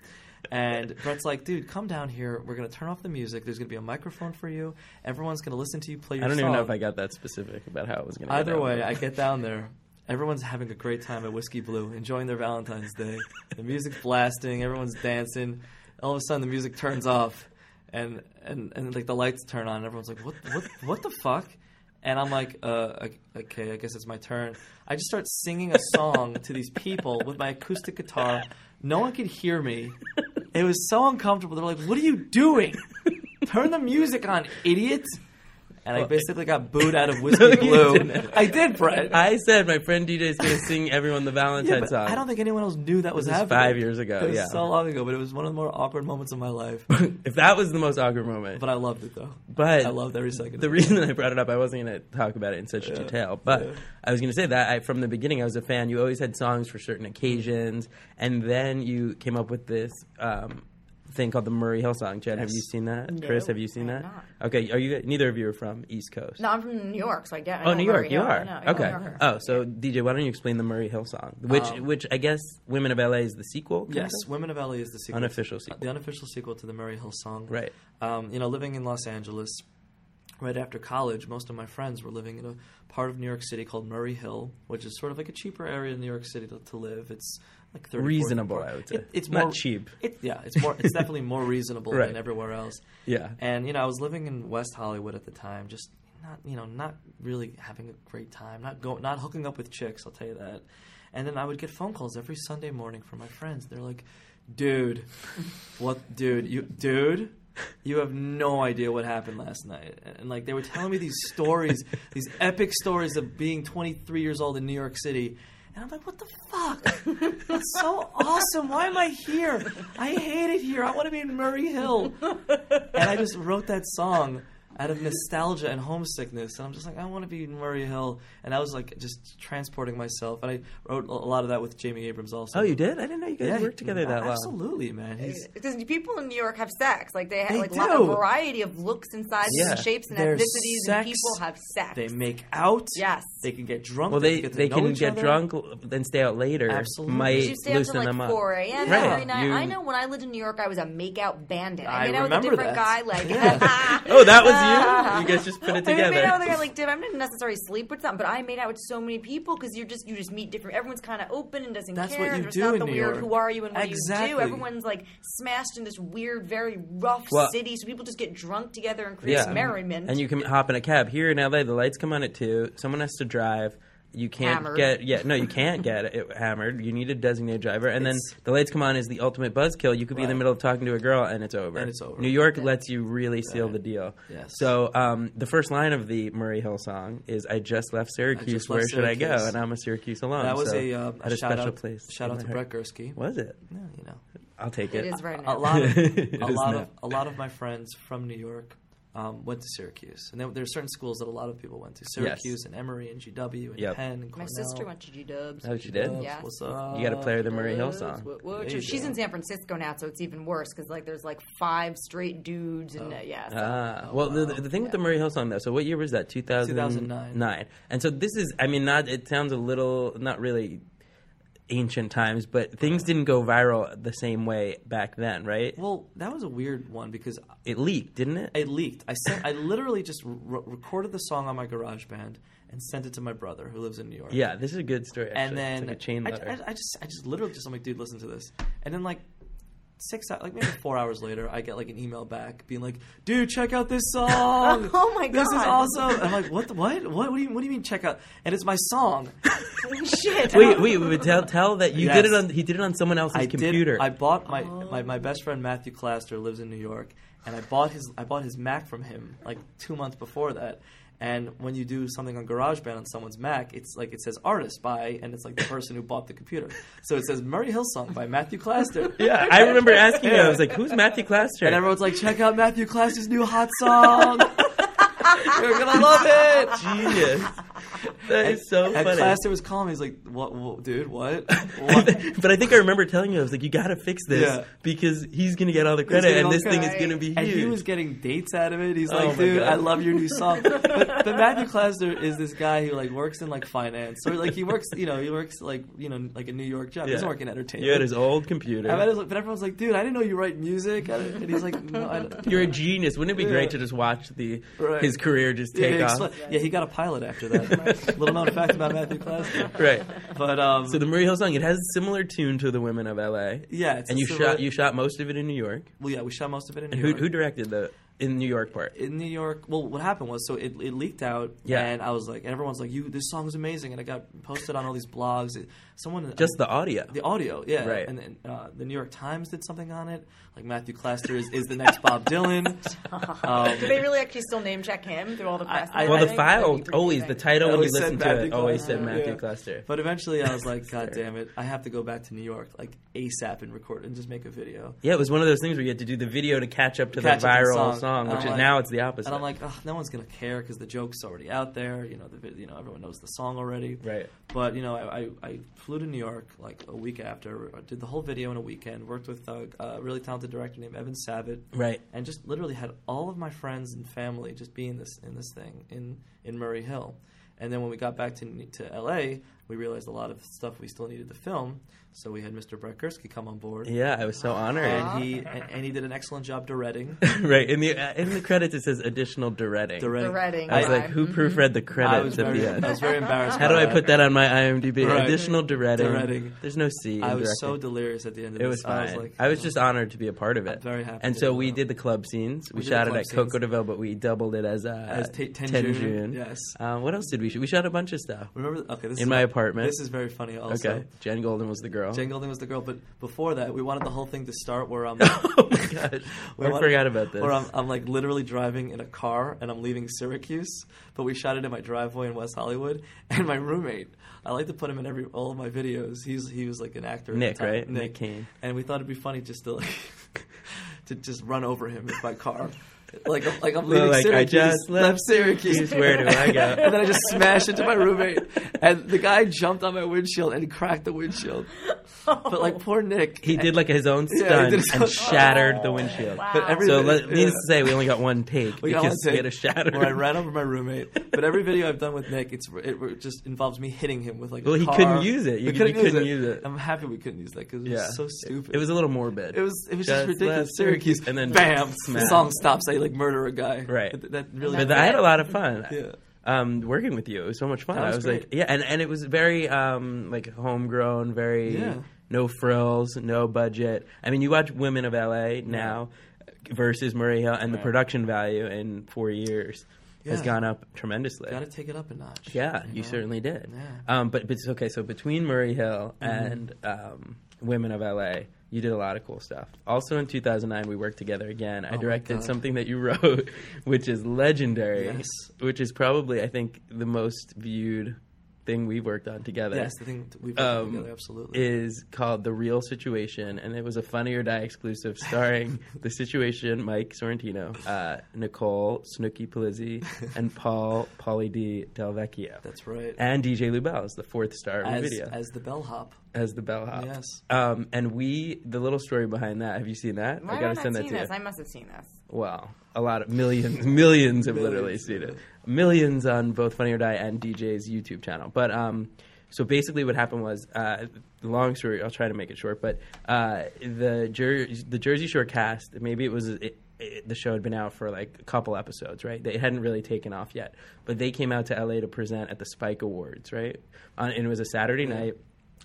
And Brett's like, dude, come down here. We're gonna turn off the music. There's gonna be a microphone for you. Everyone's gonna listen to you play your I don't song. even know if I got that specific about how it was going to. Either way, I get down there. Everyone's having a great time at Whiskey Blue, enjoying their Valentine's Day. The music's blasting, everyone's dancing. All of a sudden, the music turns off, and and, and like the lights turn on. And everyone's like, "What what what the fuck?" And I'm like, uh, "Okay, I guess it's my turn." I just start singing a song to these people with my acoustic guitar. No one could hear me. It was so uncomfortable. They're like, "What are you doing? Turn the music on, idiot!" And I basically got booed out of Whiskey you Blue. didn't. I did, Brett. I said my friend DJ is going to sing everyone the Valentine's Yeah, but song. I don't think anyone else knew that was This is happening. five years ago, It was yeah. so long ago, but it was one of the more awkward moments of my life. if that was the most awkward moment, but I loved it though. But I loved every second. the of reason I brought it up, I wasn't going to talk about it in such detail, but I was going to say that I, from the beginning, I was a fan. You always had songs for certain occasions, and then you came up with this um, thing called the Murray Hill song. Jen, have you seen that? Chris, have you seen I that? have not. Okay, are you? Neither of you are from East Coast. No, I'm from New York, so I get. I Oh, know New where York, we you I are. know, I know Um, okay. where we are. Oh, so DJ, why don't you explain the Murray Hill song, which, which I guess Women of LA is the sequel. kind Yes, of? Women of LA is the sequel. Unofficial sequel. The unofficial sequel to the Murray Hill song. Right. Um, you know, living in Los Angeles, right after college, most of my friends were living in a part of New York City called Murray Hill, which is sort of like a cheaper area in New York City to, to live. It's like 34th and Reasonable, Park. I would say. It- it's Not more, cheap. It, yeah, it's more. It's definitely more reasonable Right. than everywhere else. Yeah. And you know, I was living in West Hollywood at the time, just not you know not really having a great time, not go, not hooking up with chicks. I'll tell you that. And then I would get phone calls every Sunday morning from my friends. They're like, "Dude, what, dude, you, dude." You have no idea what happened last night, and, and like they were telling me these stories, these epic stories of being 23 years old in New York City, and I'm like, what the fuck? That's so awesome. Why am I here? I hate it here. I want to be in Murray Hill. And I just wrote that song out of nostalgia and homesickness. And I'm just like, I want to be in Murray Hill. And I was like, just transporting myself. And I wrote a lot of that with Jamie Abrams also. Oh, you did? I didn't know you guys worked together that long. Absolutely, man. He's, Because people in New York have sex, like they have They like lot- a do. variety of looks and sizes Yeah. and shapes and There's ethnicities, sex. and people have sex. they make out. Yes. They can get drunk. Well, they can get, to they know can each get other. drunk and stay out later. Absolutely. Might you stay up loosen till like them up. 4 a.m. Yeah. every night. I You- know when I lived in New York, I was a makeout bandit. I I, made out with a remember different that. guy. Like, Oh, that was you. You guys just put it I made out together. with a guy like, dude, I'm not necessarily sleep with something, but I made out with so many people because you're just you just meet different. Everyone's kind of open and doesn't That's care. what you There's do not in the New weird York. who are you and what do you Exactly. do. Everyone's like smashed in this weird, very rough Well- city, so people just get drunk together and create Yeah. merriment. And you can hop in a cab here in LA. The lights come on at two. Someone has to drive. You can't Hammered. get yeah no you can't get it hammered. You need a designated driver, and then the lights come on is the ultimate buzzkill. You could be in the Right. middle of talking to a girl and it's over. And it's over. New York lets you really seal the deal. Yes. So um, the first line of the Murray Hill song is "I just left Syracuse. left Where should I go? Syracuse. And I'm a Syracuse alum. That was so a, um, at a, shout, special out, place. in shout out my to heart. Brett Gursky. Was it? Yeah, you know. I'll take it. it is right a now. lot of It a is lot now. of a lot of my friends from New York um, went to Syracuse, and there, there are certain schools that a lot of people went to: Syracuse and Emory and GW and Yep. Penn and My Cornell. sister went to G Dubs. Oh, she did. Yeah. What's up? You got to play her the Murray Hill song. What- what- There you she's go. in San Francisco now, so it's even worse because like there's like five straight dudes Oh. and uh, yeah. so- Ah, well, the, the thing with the Murray Hill song, though. So, what year was that? Two thousand 2009. nine. And so, this is. I mean, not. It sounds a little not really ancient times, but things didn't go viral the same way back then, right? Well, that was a weird one because it leaked, didn't it? I leaked. I sent. I literally just re- recorded the song on my garage band and sent it to my brother who lives in New York. yeah, this is a good story. Actually. and then it's like a chain I- letter. I, I, just I just literally just I'm like, dude, listen to this. And then like six hou- like maybe four hours later, I get like an email back being like, dude, check out this song. Oh my this is God. awesome. And I'm like, what? The, what? What? What do you What do you mean check out? And it's my song. Shit. wait, wait, wait, tell tell that you did Yes. it on. He did it on someone else's I computer. did. I bought my, my my best friend Matthew Claster lives in New York, and I bought his I bought his Mac from him like two months before that. And when you do something on GarageBand on someone's Mac, it's like it says artist by, and it's like the person who bought the computer. So it says Murray Hill song by Matthew Claster. yeah, I remember asking you. I was like, "Who's Matthew Claster?" And everyone's like, check out Matthew Claster's new hot song. You're gonna love it. "Genius." that is so And funny. Claster was calling me. He's like, what, what dude? What? what? but I think I remember telling you, I was like, you got to fix this Yeah. because he's going to get all the gonna credit get and all this the thing credit. is going to be huge. And he was getting dates out of it. He's Oh my like, dude, God. I love your new song. but, but Matthew Klasner is this guy who like works in like finance or like he works, you know, he works like you know like a New York job. He doesn't Yeah. work in entertainment. You had his old computer. I met his- but everyone's like, dude, I didn't know you write music. I didn't- And he's like, no, I don't. You're a genius. Wouldn't it be great Yeah. to just watch the Right. his career just Yeah, take he off? expl- yeah, he got a pilot after that. Little known fact about Matthew Klasner. Right. But um, So the Murray Hill song, it has a similar tune to the Women of L.A. yeah, it's and a you similar- shot you shot most of it in New York. Well, yeah, we shot most of it in New Who, York. who directed the in New York part? in New York. Well, what happened was, so it, it leaked out, Yeah. and I was like, and everyone's like, "You, this song's amazing," and it got posted on all these blogs. It- someone Just the audio. the audio, yeah, Right. And, and uh, the New York Times did something on it. Like Matthew Claster is, is the next Bob Dylan. Do Um, they really actually still name check him through all the press? I- well, the think file always the title when you Always said listen to Matthew it always said Cluster, Matthew yeah. Cluster. but eventually, I was like, "God damn it! I have to go back to New York like ASAP and record and just make a video." Yeah, it was one of those things where you had to do the video to catch up to Catch the up to viral the song, song. And which I'm is like- now it's the opposite. And I'm like, oh, no one's gonna care because the joke's already out there. You know, the vid- you know everyone knows the song already. Right. But you know, I, I, I flew to New York like a week after. I did the whole video in a weekend. Worked with a, a really talented director named Evan Savitt. Right. And just literally had all of my friends and family just be in this in this thing in in Murray Hill. And then when we got back to to LA, we realized a lot of stuff we still needed to film. So we had Mr. Brett Gursky come on board, Yeah, I was so honored. and he and, and he did an excellent job directing. right in the uh, in the credits it says additional directing. directing. Directing. I was I- like, who proofread the I credits was at very, the end? I was very embarrassed. How do I put that on my IMDb? Right. Additional directing. Directing. There's no C. in I was so directing. delirious at the end of It this. was fine. I was, like, "Oh." just honored to be a part of it. very happy And to so do we that. did the club scenes. We, did the shot it club at Coco scenes. DeVille, but we doubled it as uh, As Ta- 10 10 June, June. yes. Uh, what else did we shoot? We shot a bunch of stuff. Remember? Okay, this In is my apartment. This is very funny. Also, Okay. Jen Golden was the girl. Jane Golding was the girl, but before that, we wanted the whole thing to start where um, I'm. oh my gosh. we I wanted- forgot about this. Where I'm, I'm like literally driving in a car and I'm leaving Syracuse, but we shot it in my driveway in West Hollywood. And my roommate, I like to put him in every all of my videos. He's he was like an actor. at the Nick, time. right? Nick Kane. And we thought it'd be funny just to like to just run over him with my car. Like I'm, like I'm leaving like, I Syracuse. just left Syracuse. Where do I and go? then I just smashed into my roommate, and the guy jumped on my windshield and cracked the windshield. But like poor Nick, He did like his own Yeah, he stunt did his and own- shattered the windshield. But every So let, yeah. needless to say, we only got one take We got because one we take had a shatter. where I ran over my roommate. But every video I've done with Nick, it's it, it just involves me hitting him with like. Well, a he car. couldn't use it. You- We you couldn't use it. I'm happy we couldn't use that because it was so stupid. It was a little morbid. It was it was just, Just ridiculous. left Syracuse, and then bam, smash. the song stops. I like murder a guy. Right. Th- That really. but I had a lot of fun. Yeah. Um, working with you, it was so much fun. That I was was like, great. yeah, and, and it was very um, like homegrown, very Yeah. no frills, no budget. I mean, you watch Women of L.A. now versus Maria Hill, and the production value in four years has Yeah. gone up tremendously. Got to take it up a notch. Yeah, you you know? certainly did. Yeah. Mm-hmm. Um, but but it's okay. So between Murray Hill and um, Women of LA, you did a lot of cool stuff. Also in 2009, we worked together again. I directed Oh God. something that you wrote, which is legendary. Yes. Which is probably I think the most viewed thing we've worked on together. Yes, the thing that we've done Um, together absolutely. is called The Real Situation, and it was a Funny or Die exclusive starring The Situation, Mike Sorrentino, uh, Nicole, Snooki Palizzi, and Paul Pauly D. Delvecchio. That's right. And DJ Lubell is the fourth star of the as, video as, as the bellhop. the bellhop. Yes. Um, and we, the little story behind that, have you seen that? Why I have I gotta not send that seen to you. this? I must have seen this. Well, a lot of millions, millions have literally Millions, seen it. yeah. Millions on both Funny or Die and DJ's YouTube channel. But um, so basically, what happened was, uh, long story. I'll try to make it short. But uh, the Jer- the Jersey Shore cast, maybe it was. It, it, the show had been out for like a couple episodes, right? They hadn't really taken off yet, but they came out to LA to present at the Spike Awards, right? On, and it was a Saturday night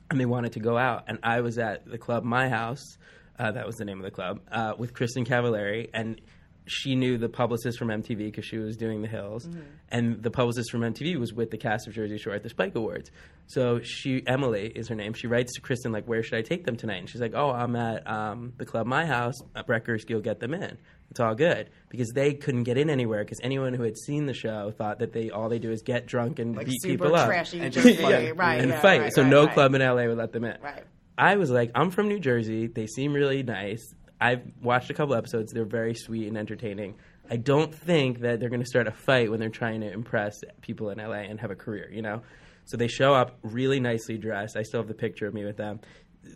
and they wanted to go out. And I was at the club, my house, uh, that was the name of the club, uh, with Kristen Cavallari, and she knew the publicist from MTV because she was doing The Hills, Mm-hmm. and the publicist from MTV was with the cast of Jersey Shore at the Spike Awards. So she, Emily is her name. She writes to Kristen like, "Where should I take them tonight?" And she's like, "Oh, I'm at um, the club, my house. At Breckers, you'll get them in. It's all good." Because they couldn't get in anywhere because anyone who had seen the show thought that they all they do is get drunk and Like beat super people up trashy, And Jersey, just fight. right? and yeah, fight. right, so right, no right. club in LA would let them in. Right. I was like, I'm from New Jersey. They seem really nice. I've watched a couple episodes. They're very sweet and entertaining. I don't think that they're going to start a fight when they're trying to impress people in LA and have a career, you know? So they show up really nicely dressed. I still have the picture of me with them.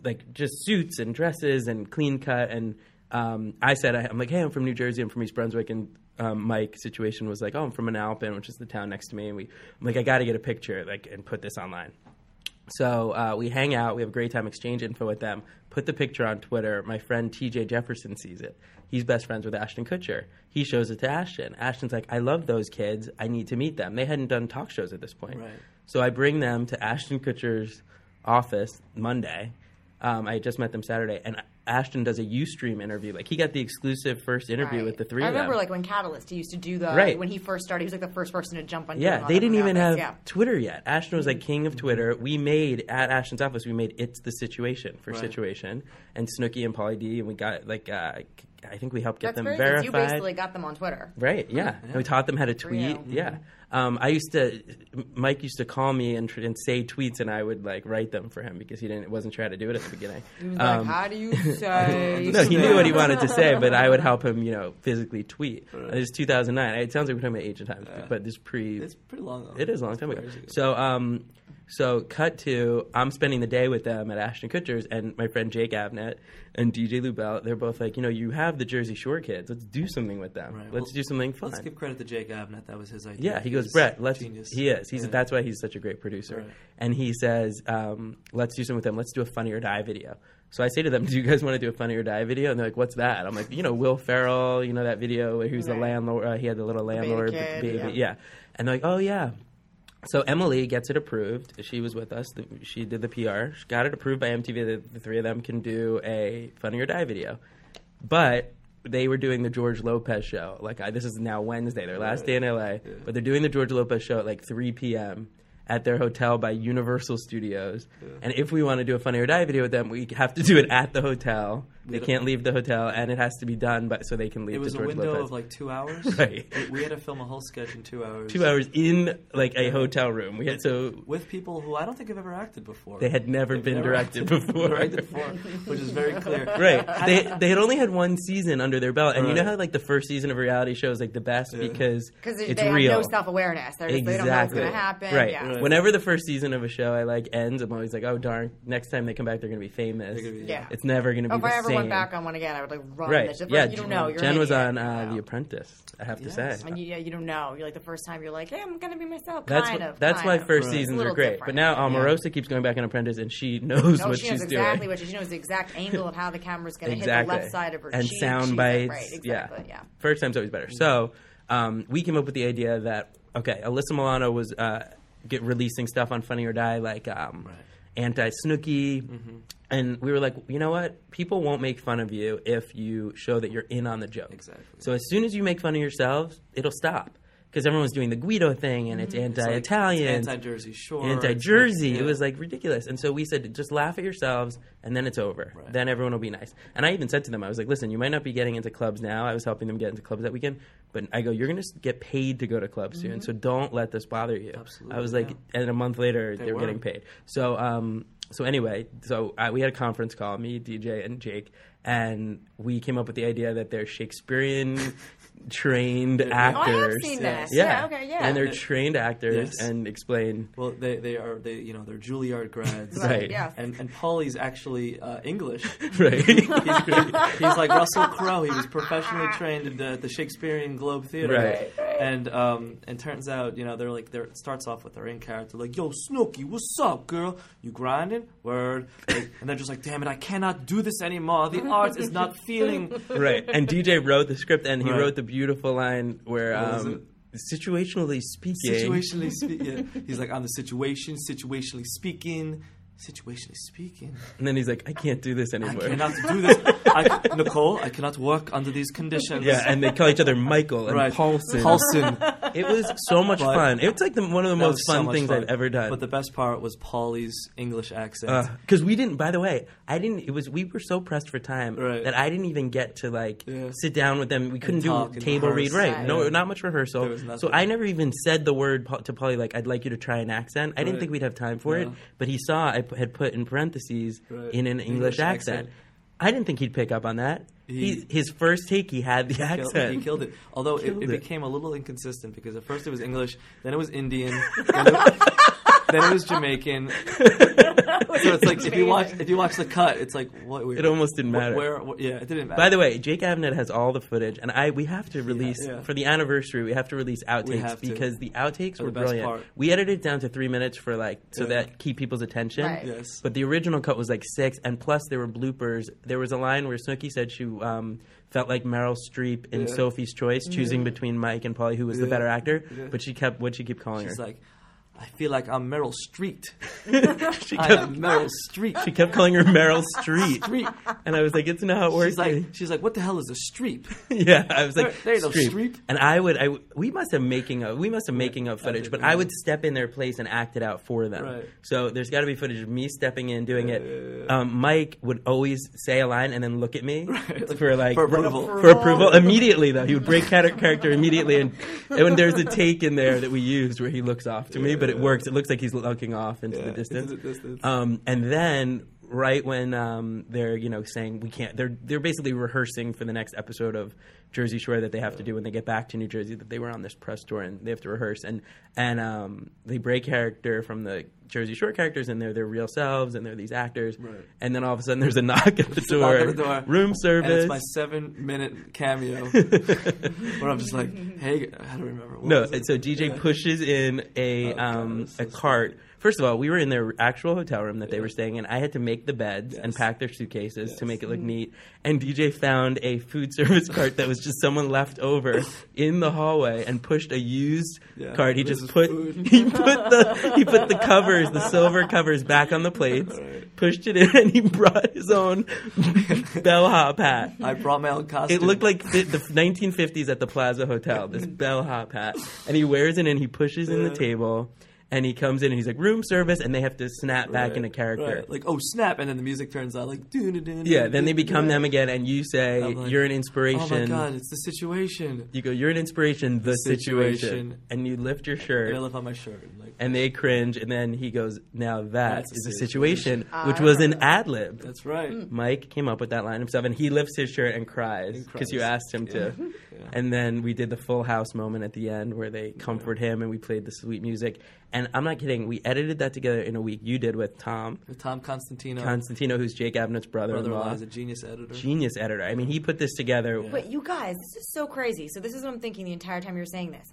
Like just suits and dresses and clean cut. And um, I said, I, I'm like, hey, I'm from New Jersey. I'm from East Brunswick. And um, Mike situation was like, oh, I'm from Manalapan, which is the town next to me. And we, I'm like, I got to get a picture like and put this online. So uh, we hang out, we have a great time, exchange info with them, put the picture on Twitter. My friend TJ Jefferson sees it. He's best friends with Ashton Kutcher. He shows it to Ashton. Ashton's like, I love those kids. I need to meet them. They hadn't done talk shows at this point. Right. So I bring them to Ashton Kutcher's office Monday. Um, I had just met them Saturday, and Ashton does a Ustream interview. Like, he got the exclusive first interview Right. with the three I of them. remember like when Catalyst he used to do the Right. when he first started. He was like the first person to jump on. doing Yeah, all they that didn't from the even have office, Mm-hmm. Twitter yet. Ashton was like king of Twitter. We made at Ashton's office. We made it's the situation for situation and Snooki and Polly D, and we got like uh, I think we helped Yeah. get That's them great 'cause verified. You basically got them on Twitter. Right. Yeah. And we taught them how to tweet. real. Mm-hmm. Yeah. Um, I used to. Mike used to call me and, tr- and say tweets, and I would like write them for him because he didn't wasn't sure how to do it at the beginning. He was Um, like, "How do you say?" no, he knew what he wanted to say, but I would help him, you know, physically tweet. It was 2009. It sounds like we're talking about ancient times, but this pre It's pretty long. it is a long time ago. Years ago. So um, So cut to I'm spending the day with them at Ashton Kutcher's and my friend Jake Abnett and DJ Lubell. They're both like, you know, you have the Jersey Shore kids. Let's do something with them. Right, Let's well, do something fun. Let's give credit to Jake Abnett. That was his idea. Yeah, he goes, was Brett. Let's. genius. He is. He's. Yeah. That's why he's such a great producer. Right. And he says, um, "Let's do something with them. Let's do a Funny or Die video." So I say to them, "Do you guys want to do a Funny or Die video?" And they're like, "What's that?" I'm like, "You know, Will Ferrell. You know that video where he was the Right. landlord. Uh, he had the little landlord kid, baby. yeah. yeah." And they're like, "Oh yeah." So Emily gets it approved. She was with us. The- She did the PR. She got it approved by MTV that the three of them can do a Funny or Die video. But they were doing the George Lopez show. Like I, this is now Wednesday, their last day in LA. But they're doing the George Lopez show at like 3 p.m. at their hotel by Universal Studios. And if we want to do a Funny or Die video with them, we have to do it at the hotel. They can't leave the hotel, and it has to be done, but so they can leave. It was to a George window Lopez. of like two hours. Right. We- We had to film a whole sketch in two hours. two hours in like a hotel room. We had to. With people who I don't think have ever acted before. They had never They've been never directed acted- before. directed before, which is very clear. Right. They they had only had one season under their belt, and you know Right. how like the first season of reality show is like the best because because they it's have real. no self awareness. Exactly. They don't know what's Exactly. going to happen. Right. Yeah. Whenever the first season of a show I like ends, I'm always like, oh darn! Next time they come back, they're going to be famous. gonna be- Yeah. It's never going to be Oh, if the I ever same. went back on one again, I would like run. right. This. yeah. you don't know. You're Jen an was idiot. on uh, Yeah. The Apprentice. I have to Yes. say. And you, yeah, you don't know. You're like the first time you're like, hey, I'm gonna be myself. That's kind wh- of. that's kind why of. first It's a seasons are little great. But different. now Omarosa keeps going back on Apprentice, and she knows No, what she she's knows exactly doing. what she, she knows the exact angle of how the camera's going to exactly. hit the left side of her and cheek. sound She's bites. Like, right, exactly. Yeah. First time's always better. So um, we came up with the idea that okay, Alyssa Milano was uh, get releasing stuff on Funny or Die like um, anti Snooki. And we were like, you know what? People won't make fun of you if you show that you're in on the joke. Exactly. So as soon as you make fun of yourselves, it'll stop because everyone's doing the Guido thing and Mm-hmm. it's anti-Italian, Anti Jersey Shore. anti Jersey. Yeah. It was like ridiculous. And so we said, just laugh at yourselves, and then it's over. Right. Then everyone will be nice. And I even said to them, I was like, listen, you might not be getting into clubs now. I was helping them get into clubs that weekend, but I go, you're going to get paid to go to clubs soon, so don't let this bother you. Absolutely, I was like, and a month later, they, were were. getting paid. So, um, so anyway, so I, we had a conference call, me, DJ, and Jake, and we came up with the idea that they're Shakespearean trained Oh, I have actors. seen yes. this. Yeah. Okay. Yeah. And they're trained actors Yes. and explain. Well, they, they are they you know they're Juilliard grads, Right. Yes. And and Paulie's actually uh, English. Right. He's, he's like Russell Crowe. He was professionally trained at the, the Shakespearean Globe Theater, Right. and um, and turns out you know they're like they're it starts off with their in character like Yo Snooky, what's up, girl? You grinding? Word. Like, and they're just like, damn it, I cannot do this anymore. The art is not feeling. right. And DJ wrote the script, and he Right. wrote the beautiful line where, What was um, situationally speaking, Situationally speaking, yeah. he's like on the situation. Situationally speaking. Situationally speaking. and then he's like, "I can't do this I anymore." cannot do this. I, Nicole, I cannot work under these conditions. yeah, and they call each other Michael and Right. Paulson. Paulson. It was so much But- fun. It was like the, one of the That most was so fun much things fun. I've ever done. Uh, But the best part was Paulie's English accent. because we didn't. By the way, I didn't. It was we were so pressed for time Right. that I didn't even get to like Yeah. sit down with them. We couldn't talk do and table read. rehearse. Right? Right. No, Yeah. not much rehearsal. There was nothing. so I never even said the word po- to Polly like I'd like you to try an accent. I didn't Right. think we'd have time for it. No. But he saw I p- had put in parentheses Right. in an English, English accent. accent. I didn't think he'd pick up on that. He, He- his first take, he had the Killed- accent. He killed it. Although it, Killed it it. became a little inconsistent because at first it was English, then it was Indian, then it, then it was Jamaican. so it's like if you watch if you watch the cut, it's like what we It almost didn't matter. Where, where- yeah, it didn't matter. By the way, Jake Avnet has all the footage, and I we have to release yeah. for the anniversary. We have to release outtakes have to. because the outtakes They're were the best brilliant. part. We edited it down to three minutes for like so Yeah. that keep people's attention. Right. Yes. But the original cut was like six, and plus there were bloopers. There was a line where Snooki said she um, felt like Meryl Streep in Yeah. Sophie's Choice, choosing between Mike and Polly, who was the Yeah. better actor. Yeah. But she kept what she keep calling it's her. like I feel like I'm Meryl Street. she I kept am Meryl Street. she kept calling her Meryl Street, Street. and I was like, it's not how it works. She's like she's like what the hell is a street? Yeah, I was like, There- there you go, "Streep." Streep. And I would, I w- we must have making of, we must have making of footage, but I would step in their place and act it out for them. Right. So there's got to be footage of me stepping in doing it. Um, Mike would always say a line and then look at me for like For approval. for approval Oh. immediately though. He would break char- character immediately, and and when there's a take in there that we used where he looks off to me, but it works. It looks like he's looking off into the into distance. the distance. Um, and then right when um, they're you know saying we can't they're they're basically rehearsing for the next episode of Jersey Shore that they have to do when they get back to New Jersey that they were on this press tour and they have to rehearse and and um, they break character from the Jersey Shore characters and they're their real selves and they're these actors and then all of a sudden there's a knock at the, door, Knock on the door. room service And it's my seven minute cameo. where I'm just like, hey, I don't remember. What No, was it? Oh, and so DJ pushes in a um, a cart. First of all, we were in their actual hotel room that they were staying in. I had to make the beds and pack their suitcases to make it look neat. And DJ found a food service cart that was just someone left over in the hallway and pushed a used Yeah, cart. He this just is put food. he put the he put the covers, the silver covers, back on the plates, pushed it in, and he brought his own bellhop hat. I brought my own costume. It looked like the, the 1950s at the Plaza Hotel. This bellhop hat, and he wears it, and he pushes in the table, and he comes in, and he's like room service, and they have to snap back into character. Right. Like, oh snap! And then the music turns on, like, doo-doo-doo-doo-doo. yeah, then they become them again, and you say I'm like, you're an Oh my inspiration. god, it's the situation. You go, you're an inspiration. The situation. Situation. and you lift your And I shirt. left on my shirt. and, Like, And they cringe, and then he goes, "Now that That's Ah. a is a situation," which was an ad lib. that's right. Mike came up with that line himself, and he lifts his shirt and cries because you cries. asked him to. And then we did the Full House moment at the end where they comfort him, and we played the sweet music. And I'm not kidding, we edited that together in a week. You did with Tom With Tom Constantino, Constantino, who's Jake Abnett's brother-in-law, brother-in-law, is a genius editor. genius editor. I mean, he put this together. But you guys, this is so crazy. So this is what I'm thinking the entire time you're saying this.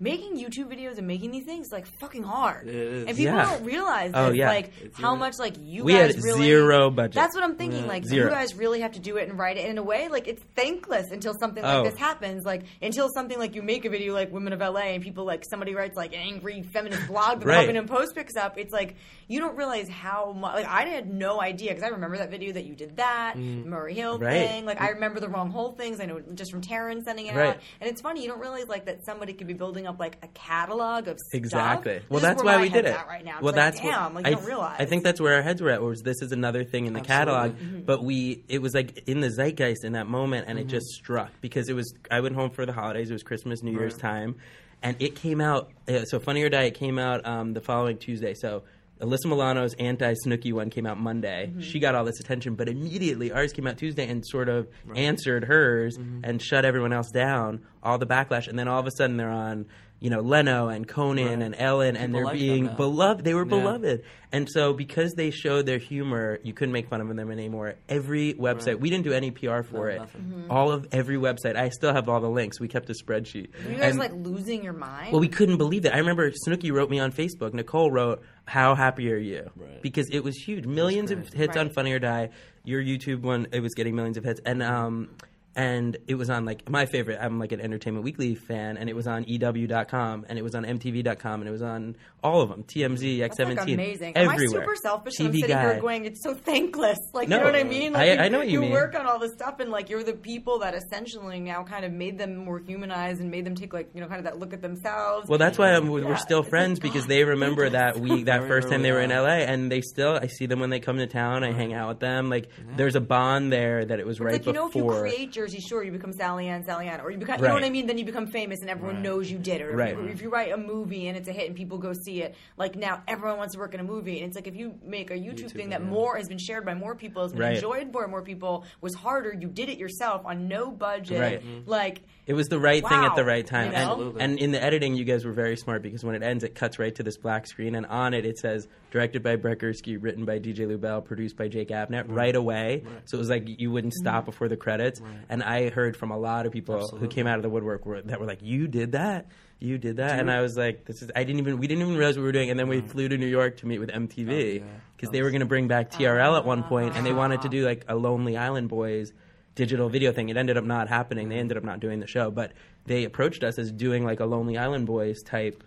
Making YouTube videos and making these things is, like fucking hard, It is. and people Yeah. don't realize Oh, this, yeah. like how much like you We guys had really zero budget. Mm, That's what I'm thinking. Like Zero. you guys really have to do it and write it in a way like it's thankless until something Oh. like this happens. Like until something like you make a video like Women of LA and people like somebody writes like angry feminist blog that Right. Huffington and Post picks up, it's like you don't realize how much. Like I had no idea because I remember that video that you did that Murray Hill Mm. Right. thing. Like I remember the wrong whole things. I know just from Taryn sending it Right. out, and it's funny you don't realize like that somebody could be building up like a catalog of stuff. Exactly. This Well, is that's where why my we did head's it. at Right now, well, it's that's like, what- damn. Like I, you don't realize. I think that's where our heads were at. Was this is another thing in the catalog, Mm-hmm. but we it was like in the zeitgeist in that moment, and it just struck because it was. I went home for the holidays. It was Christmas, New Year's time, and it came out. Uh, so, Funny or Die, it came out um, the following Tuesday. So. Alyssa Milano's anti Snooki one came out Monday. Mm-hmm. She got all this attention, but immediately ours came out Tuesday and sort of answered hers Mm-hmm. and shut everyone else down. All the backlash, and then all of a sudden they're on, you know, Leno and Conan and Ellen, and People they're like them being now. beloved. They were Yeah. beloved, and so because they showed their humor, you couldn't make fun of them anymore. Every website, we didn't do any PR for it. nothing. Mm-hmm. All of every website, I still have all the links. We kept a spreadsheet. Are you guys And- like losing your mind? well, we couldn't believe it. I remember Snooki wrote me on Facebook. Nicole wrote, "How happy are you?" Right. Because it was huge, millions of hits on Right. Funny or Die. Your YouTube one, it was getting millions of hits, and um, and it was on like my favorite. I'm like an Entertainment Weekly fan, and it was on E EW.com, and it was on MTV.com, and it was on all of them, TMZ, X17, That's like amazing. everywhere. Am I super selfish? and I'm TV sitting Guide. here going, it's so thankless. Like, No, you know what I mean? Like, I- I know what you mean. work on all this stuff, and like, you're the people that essentially now kind of made them more humanized and made them take like, you know, kind of that look at themselves. Well, that's why I'm, we're Yeah, still it's like, friends because God, they remember that week, that Very first time they were early in on. LA, and they still. I see them when they come to town. I hang out with them. Like there's a bond there that it was right like you know, if you before. create Jersey Shore, you become Sally Ann Sally Ann, or you become, you know Right. what I mean? Then you become famous, and everyone knows you did it. Or if Right. you- If you write a movie and it's a hit, and people go see it, like now everyone wants to work in a movie, and it's like if you make a YouTube, thing that more has been shared by more people, has been Right. enjoyed by more people, was harder. You did it yourself on no budget, Mm-hmm. Right. like. it was the right thing at the Wow. right time. You know? And, Absolutely. and in the editing, you guys were very smart because when it ends, it cuts right to this black screen, and on it, it says directed by Brett Gursky, written by DJ Lubell, produced by Jake Abnett right, away. So it was like you wouldn't Mm-hmm. stop before the credits. And I heard from a lot of people who came out of the woodwork were, that were like, "You did that." You did that, and I was like, "This is." I didn't even. We didn't even realize what we were doing, and then we flew to New York to meet with MTV because Oh, they were going to bring back TRL at one point, Uh-huh. and they wanted to do like a Lonely Island Boys digital video thing. It ended up not happening. They ended up not doing the show, but they approached us as doing like a Lonely Island Boys type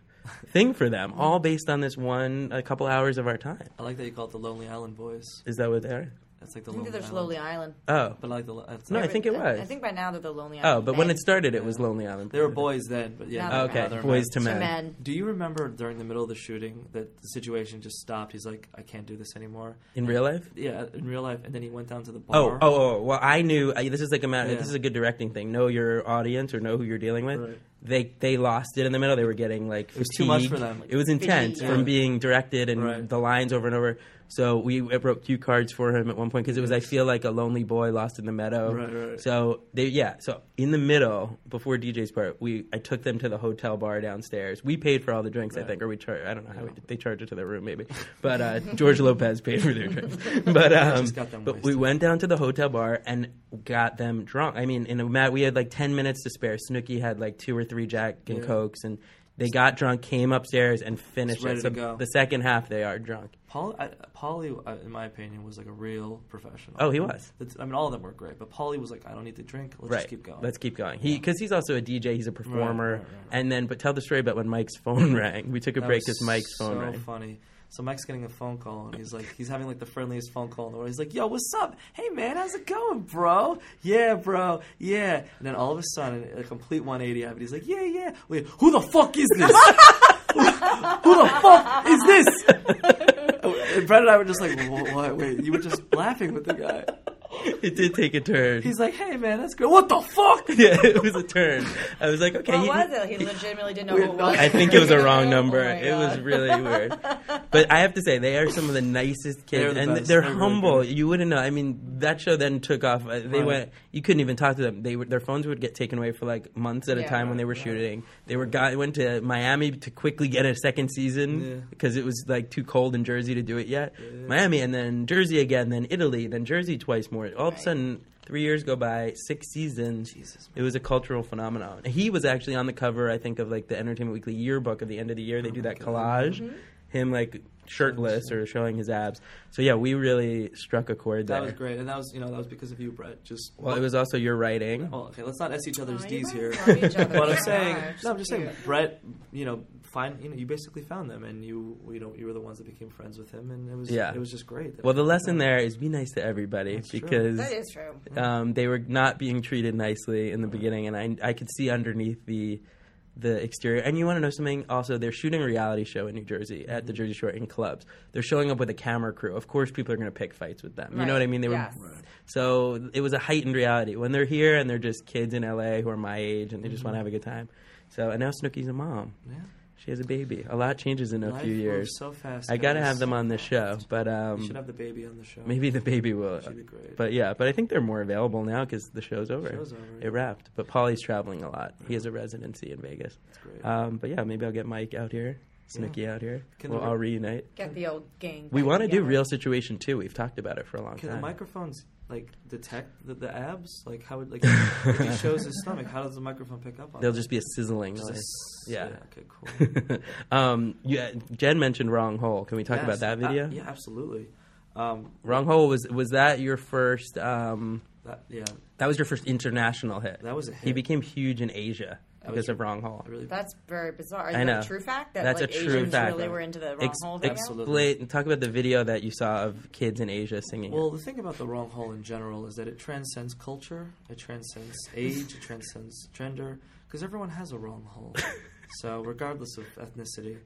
thing for them, all based on this one, a couple hours of our time. I like that you call it the Lonely Island Boys. Is that what they're? That's like the I think Lonely there's Island. Lonely Island. Oh, But I like the. lo- That's No, I think it was. I think by now they're the Lonely oh, Island. but when men. it started, it was Lonely Island. they were Boys. boys then, but yeah. Now now Okay, they're boys men. to To men. men. Do you remember during the middle of the shooting that the situation just stopped? He's like, I can't do this anymore. in real life. Yeah, in real life, and then he went down to the Oh, bar. oh, oh, well, I knew I, this is like a matter, Yeah. this is a good directing thing. Know your audience or know who you're dealing with. Right. they they lost it in the middle. They were getting like it was too much for them. It was intense Fatigue, from yeah. being directed and Right. the lines over and over. So we wrote cue cards for him at one point because it was I feel like a lonely boy lost in the meadow. Right, right. So they yeah. So in the middle before DJ's part, we I took them to the hotel bar downstairs. We paid for all the drinks I think, or we charged. I don't know how we did. they charged it to their room maybe, but uh, George Lopez paid for their drinks. But um, Just got them but we wasted. went down to the hotel bar and got them drunk. I mean, in a mat, we had like ten minutes to spare. Snooky had like two or three Jack and Yeah. Cokes, and they got drunk, came upstairs, and finished ready it. So to go. the second half, they are drunk. Paul, I, Pauly, uh, in my opinion, was like a real professional. Oh, he was. That's- I mean, all of them were great, but Pauly was like, I don't need to drink. Let's right. just keep going. Let's keep going. He because he's also a DJ. He's a performer. right, right, right. And then, but tell the story about when Mike's phone rang. We took a That break was because Mike's phone so rang. funny. So Mike's getting a phone call, and he's like, he's having like the friendliest phone call in the world. He's like, "Yo, what's up? Hey, man, how's it going, bro? Yeah, bro, yeah." And then all of a sudden, a complete 180 happened. He's like, "Yeah, yeah. Wait, who the fuck is this? who the fuck is this?" And Brett and I were just like, "Wha- "What? Wait, you were just laughing with the guy." It did take a turn. He's like, "Hey, man, that's great. What the fuck?" yeah, it was a turn. I was like, okay. What he- was it? He legitimately didn't know We who it had no was. I think it was a wrong Oh number. my it was God. really weird. But I have to say, they are some of the nicest kids, They're the and best. they're, They're really humble. good. you wouldn't know. I mean, that show then took off. Uh, They Right. went. You couldn't even talk to them. They were, their phones would get taken away for like months at a Yeah. time when they were shooting. They were got went to Miami to quickly get a second Yeah. season because it was like too cold in Jersey to do it yet. Miami and then Jersey again, then Italy, then Jersey twice more. All of a sudden. Three years go by, six seasons. Jesus, It was a cultural phenomenon. He was actually on the cover, I think, of like the Entertainment Weekly yearbook at the end of the year. Oh They do that collage, Mm-hmm. him like shirtless or showing his abs. So yeah, we really struck a chord That there. was great, and that was you know that was because of you, Brett. Just Well, it was also your writing. Well, okay, let's not s each other's Oh, you D's guys here. love each other. But I'm Gosh, saying, no, I'm just saying, cute. Brett. You know, find you know, you basically found them, and you you know, you were the ones that became friends with him, and it was Yeah. it was just great. Well, the lesson there is be nice to everybody true. because That is true. Mm-hmm. um, they were not being treated nicely in the beginning, and I I could see underneath the the exterior. And you want to know something? Also, they're shooting a reality show in New Jersey at the Mm-hmm. Jersey Shore in clubs. They're showing up with a camera crew. Of course, people are going to pick fights with them. You know Right. what I mean? They were Yes. so it was a heightened reality when they're here and they're just kids in LA who are my age and they just want to have a good time. So and now Snooki's a mom. Mm-hmm. Yeah. She has a baby. A lot changes in a Life few moves years. so fast. I got to guys. have them on this show, but um, You should have the baby on the show. Maybe the baby will. She'd be great. But yeah, but I think they're more available now because the show's over. Show's over, yeah. It wrapped. But Polly's traveling a lot. He has a residency in Vegas. That's great. Um, but yeah, maybe I'll get Mike out here, Snooky out here. Can we'll the- all reunite. Get the old gang. We back want to do together. real situation too. We've talked about it for a long Can the time. microphones like detect the, the abs? Like how would like if he shows his stomach? How does the microphone pick up on? There'll that? just be a sizzling Just a noise. s- Yeah. Okay. Cool. um, yeah, Jen mentioned wrong hole. Can we talk Yes, about that uh, video? yeah, absolutely. Um, Wrong hole was was that your first? Um, that yeah, that was your first international hit. That was a He hit. became huge in Asia was because of your- wrong hole. I really That's very bizarre. Is I know. That a true fact that That's like, a true Asians fact. really were into the wrong Ex- hole video. Absolutely. explain. Talk about the video that you saw of kids in Asia singing. Well, the thing about the wrong hole in general is that it transcends culture, it transcends age, it transcends gender, because everyone has a wrong hole. so, regardless of ethnicity.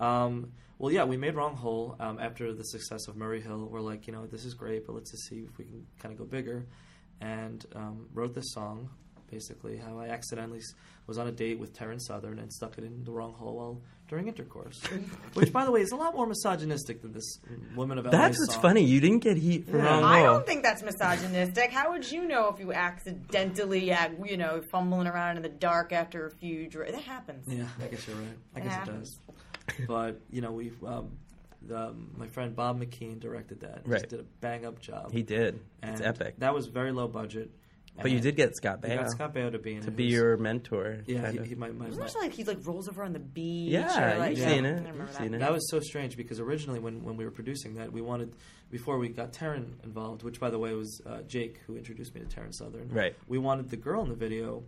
Um, well, yeah, we made Wrong Hole um, after the success of Murray Hill. We're like, you know, this is great, but let's just see if we can kind of go bigger. And um, wrote this song, basically, how I accidentally s- was on a date with Terrence Southern and stuck it in the wrong hole while during intercourse. Which, by the way, is a lot more misogynistic than this Women of LA That's what's song. funny. You didn't get heat from Yeah. wrong I hole. don't think that's misogynistic. How would you know if you accidentally, uh, you know, fumbling around in the dark after a few drinks? That happens. Yeah, I guess you're right. I guess it happens. does. But you know, we um, the, my friend Bob McKean directed that. Right. Just did a bang up job. he did. it's And epic. That was very low budget. but you did get Scott I Baio got Scott Baio to be in to be your mentor. yeah. kind He, of. he, my, my, Isn't my, there like he like rolls over on the beach? Yeah, or, like, you've yeah. seen I it. remember You've that. seen it. that was so strange because originally when, when we were producing that we wanted before we got Taryn involved, which by the way was uh, Jake who introduced me to Taryn Southern. Right. We wanted the girl in the video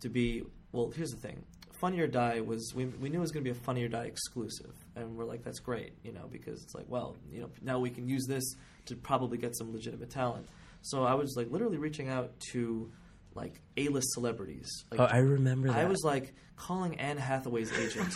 to be well. Here's the thing: Funny or Die was we, we knew it was going to be a Funny or Die exclusive, and we're like, that's great, you know, because it's like, well, you know, now we can use this to probably get some legitimate talent. So I was like literally reaching out to like A-list celebrities. Like, Oh, I remember that. I was like calling Anne Hathaway's agent.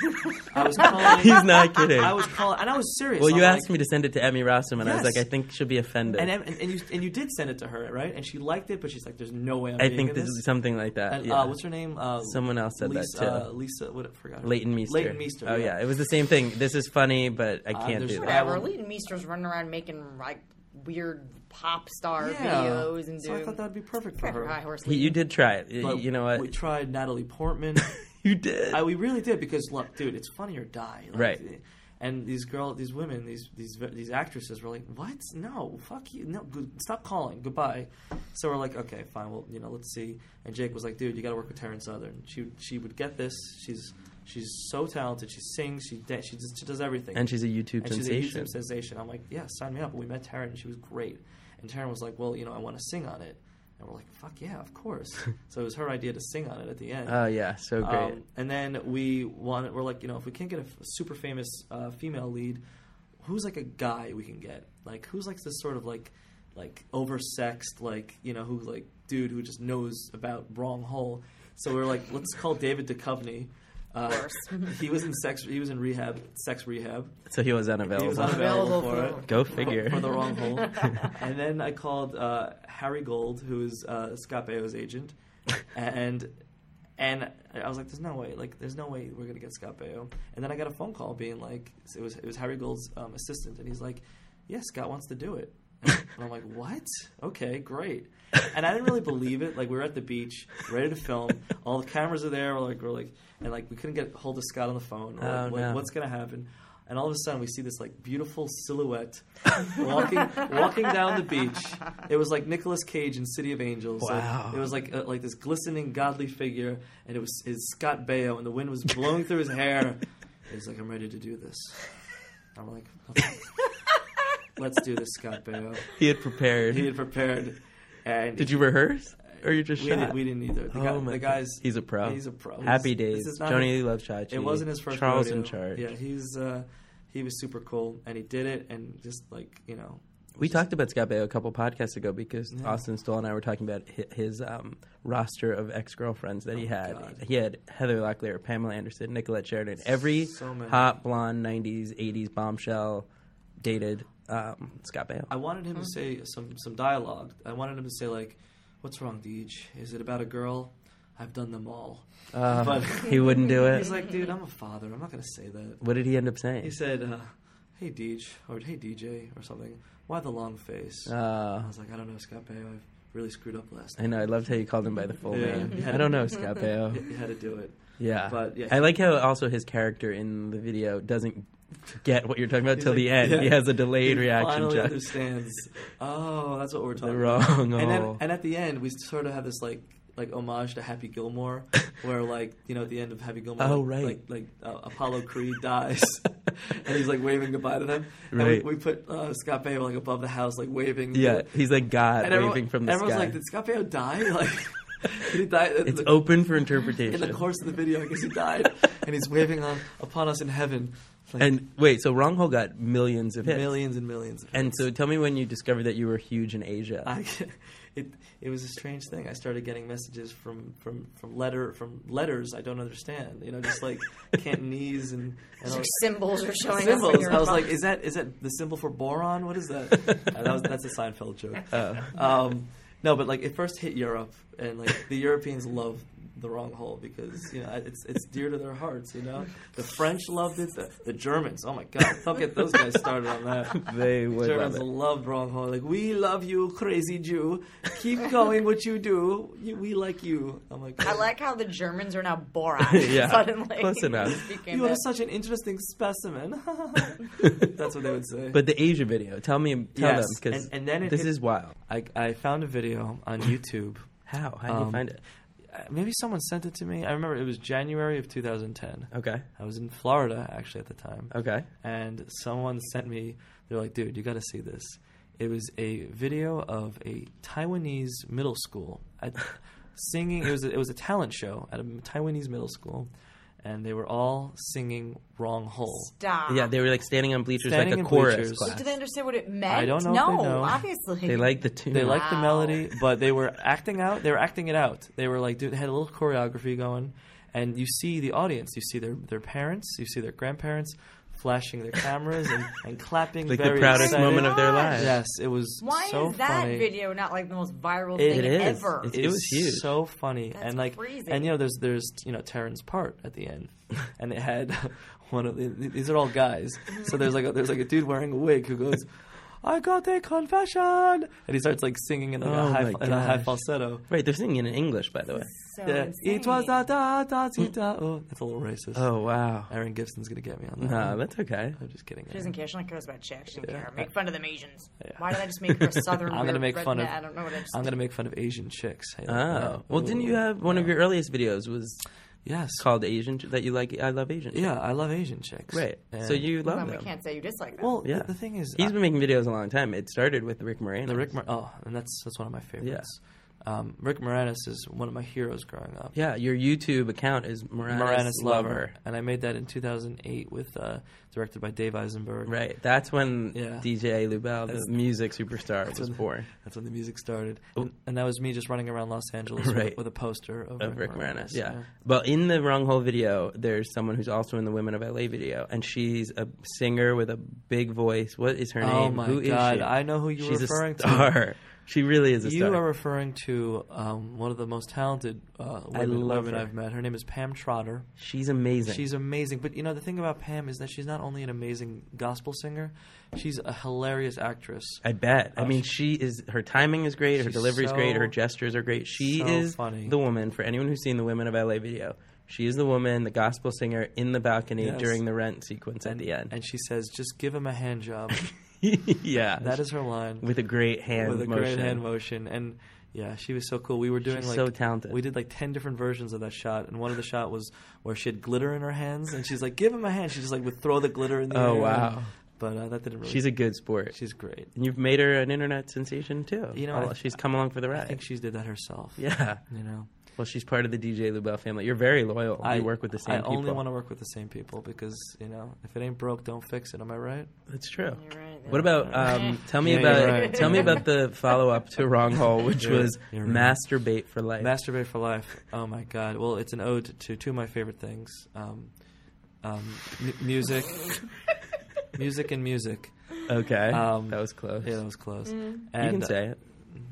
I was calling. He's not kidding. I was calling, and I was serious. well, I'm you like- asked me to send it to Emmy Rossum, and I was Yes. like, I think she'll be offended. and, and and you and you did send it to her, right? And she liked it, but she's like, "There's no way." I'm I being think in this this is something like that. And, yeah. uh, what's her name? Uh, Someone else said that, Lisa, too. Uh, Lisa, what I forgot. her- Leighton Meester. Leighton Meester. Oh yeah. it was the same thing. This is funny, but I can't there's do that. that Whatever. one- Leighton Meester's running around making like weird pop star Yeah. videos and so I doing thought that would be perfect for Crap, high her. horse. He- you did try it. Y- But you know what? We tried Natalie Portman. you did. I, we really did because look, dude, it's funny or die. Like, Right. And these girl, these women, these these these actresses were like, "What? No, fuck you. No, good, stop calling. Goodbye." So we're like, "Okay, fine. Well, you know, let's see." And Jake was like, "Dude, you got to work with Terrence Southern. She she would get this. She's she's so talented. She sings. She da- she just she does everything. and she's a YouTube and she's a sensation. YouTube sensation. I'm like, yeah, sign me up. We met Taryn, and she was great. And Taryn was like, well, you know, I want to sing on it. And we're like, fuck yeah, of course. so it was her idea to sing on it at the end. oh yeah, so great. Um, and then we wanted, we're like, you know, if we can't get a f- super famous uh, female lead, who's like a guy we can get? Like, who's like this sort of like, like oversexed, like you know, who like dude who just knows about wrong hole. So we're like, let's call David Duchovny. Uh, he was in sex. He was in rehab, sex rehab. so he was unavailable. He was unavailable for Available it Go figure. for the wrong hole. and then I called uh, Harry Gold, who is uh, Scott Baio's agent, and and I was like, "There's no way, like, there's no way we're gonna get Scott Baio." And then I got a phone call being like, "It was it was Harry Gold's um, assistant," and he's like, "Yeah, Scott wants to do it." And I'm like, "What? Okay, great." And I didn't really believe it. Like, we were at the beach, ready to film. All the cameras are there. We're like, we're like, and like, we couldn't get hold of Scott on the phone. We're like, Oh, "What- no. What's gonna happen? And all of a sudden, we see this like beautiful silhouette walking walking down the beach. It was like Nicolas Cage in City of Angels. Like, Wow. it was like uh, like this glistening, godly figure, and it was is Scott Baio, and the wind was blowing through his hair. He's like, "I'm ready to do this." I'm like, "Let's- "Let's do this, Scott Baio." he had prepared. He had prepared, and Did you rehearse, or you just we, shot? didn't, we didn't either. The, Oh guy, my the God. guy's He's a pro. He's a pro. Happy This- days. this is not Johnny his- Love Chachi. It wasn't his first. Charles rodeo. in charge. Yeah, he's uh, he was super cool, and he did it, and just like you know, We talked about Scott Baio a couple podcasts ago because Austin Stoll and I were talking about hi- his um, roster of ex girlfriends that he had. Oh, God. He had Heather Locklear, Pamela Anderson, Nicolette Sheridan, every So many. hot blonde '90s, '80s bombshell dated um, Scott Baio. I wanted him to say some some dialogue. I wanted him to say like, "What's wrong, Deej? Is it about a girl? I've done them all." but Uh, he wouldn't do it. he's like, "Dude, I'm a father. I'm not gonna say that." what did he end up saying? He said, uh, "Hey, Deej," or "Hey, DJ," or something. Why the long face? Uh, I was like, "I don't know, Scott Baio. I've really screwed up last I night. know. I loved how you called him by the full Yeah. name. I don't know Scott Baio. You had to do it." Yeah. But, yeah. I like how also his character in the video doesn't get what you're talking about till like, the end. yeah. He has a delayed He reaction. Finally Chuck. understands. Oh, that's what we're talking about. wrong And, then, hole. and at the end, we sort of have this like like homage to Happy Gilmore, where like you know at the end of Happy Gilmore, Oh, like- right. like like uh, Apollo Creed dies, and he's like waving goodbye to them. Right. And we, we put uh, Scott Baio like above the house, like waving. Yeah, he's like God And waving everyone- from the everyone's sky. like, did Scott Baio die? Like, did he die? it's Like, open for In the interpretation. course of the video, I guess he died, and he's waving on upon us in heaven, like And wait, so Wrong Hole got millions of hits. millions and millions. Of And so tell me when you discovered that you were huge in Asia. I, it it was a strange thing. I started getting messages from from from letter from letters I don't understand. You know, just like Cantonese and, and all- Your symbols are showing up. in symbols. your I was like, phone. is that is that the symbol for boron? What is that? Uh, that was, that's a Seinfeld joke. Um, no, but like it first hit Europe, and like the Europeans love the wrong hole because you know it's it's dear to their hearts. You know, the French loved it. The, the Germans, oh my god, don't get those guys started on that. they would love Germans it. love wrong hole. Like we love you, crazy Jew. Keep going, what you do. You- We like you. I'm like, I like how the Germans are now Borat Yeah. suddenly. Close enough. Just became you are that. such an interesting specimen. That's what they would say. But the Asia video, tell me, tell Yes, them, because and- and then it this hit- is wild. I, I found a video on YouTube. How? How do you Um, find it? Uh, Maybe someone sent it to me. I remember it was January of 2010. Okay. I was in Florida actually at the time. Okay. And someone sent me. They're like, "Dude, you got to see this." It was a video of a Taiwanese middle school at, singing. It was a, it was a talent show at a Taiwanese middle school, and they were all singing "Wrong Hole." Stop. Yeah, they were like standing on bleachers Standing like in a chorus bleachers. class. Do they understand what it meant? I don't know No, if they know. obviously. They liked the tune. They liked the Wow. melody, but they were acting out. They were acting it out. They were like, dude, they had a little choreography going, and you see the audience. You see their their parents. You see their grandparents flashing their cameras and, and clapping. like the very proudest excited. moment of their lives. Yes, it was. Why so is that funny. video not like the most viral It thing is. ever? It's- It It was was huge. so funny That's and like crazy. and you know there's there's you know Taryn's part at the end and they had one of the, these are all guys so there's like a, there's like a dude wearing a wig who goes I got a confession and he starts like singing in like, Oh a, high, my in a high gosh. falsetto Right, they're singing in English, by the way. so yeah insane. it was a da da ti, da oh that's a little racist Oh wow. Aaron Gibson's gonna get me on that Nah, one. Uh, that's okay. I'm just kidding She doesn't care. She only cares about chicks. She doesn't Yeah. care. Make fun of them Asians. Yeah. Why did I just make her a southern? I'm gonna weird make fun of redneck? I don't know what I just. I'm gonna make fun of Asian chicks Hey, like, Oh. no. Well, didn't you Ooh. have one of your earliest videos was yes called Asian that you like I love Asian. yeah I love Asian chicks Right. So And- you Well, love we them. can't say you dislike them. well Yeah. the, the thing is He's I- been making videos a long time. It started with Rick Moranis. The Rick Mor- oh, and that's that's one of my favorites. Um, Rick Moranis is one of my heroes growing up. Yeah, your YouTube account is Moranis, Moranis Lover. Lover, and I made that in 2008 with uh, directed by Dave Eisenberg. Right. That's when Yeah. DJ Lubel, the That's- music superstar, was when- born. That's when the music started, and, and that was me just running around Los Angeles Right. with, with a poster of, Of Rick Moranis. Uh-huh. Yeah. But in the Wrong Hole video, there's someone who's also in the Women of LA video, and she's a singer with a big voice. What is her Oh name? my Who is God, she? I know who you're She's referring a to. star. She really is a You star. are referring to um, one of the most talented uh, women, love women her. I've met. Her name is Pam Trotter. she's amazing. She's amazing. But you know, the thing about Pam is that she's not only an amazing gospel singer, she's a hilarious actress. I bet. I mean, she is. Her timing is great. Her She's delivery is great. so- Her gestures are great. She so is funny. the woman. For anyone who's seen the Women of LA video, she is the woman, the gospel singer in the balcony Yes. during the rent sequence at the end. And she says, just give him a hand job. yeah, that is her line. with a great hand with a motion. great hand motion. And yeah, she was so cool. We were doing She's like so talented. We did like ten different versions of that shot, and one of the shot was where she had glitter in her hands, and she's like, "Give him a hand." She just like would throw the glitter in the air. Oh, wow. But uh, that didn't really. She's a good sport. she's great. and you've made her an internet sensation too. You know, Oh, I- she's come along for the I think ride. she did that herself. yeah. You know, Well, she's part of the DJ Lubel family. You're very loyal. I you work with the same I people. only want to work with the same people because you know, if it ain't broke, don't fix it. Am I right? That's true. You're right, What about um, tell me Yeah, you're about right, tell me about the follow up to Wrong Hole, which You're- was you're right. masturbate for life. Masturbate for life. Oh my god. Well, it's an ode to two of my favorite things: um, um, m- music, music, and music. okay, Um, that was close. Yeah, that was close. Mm. you And, can uh, say it.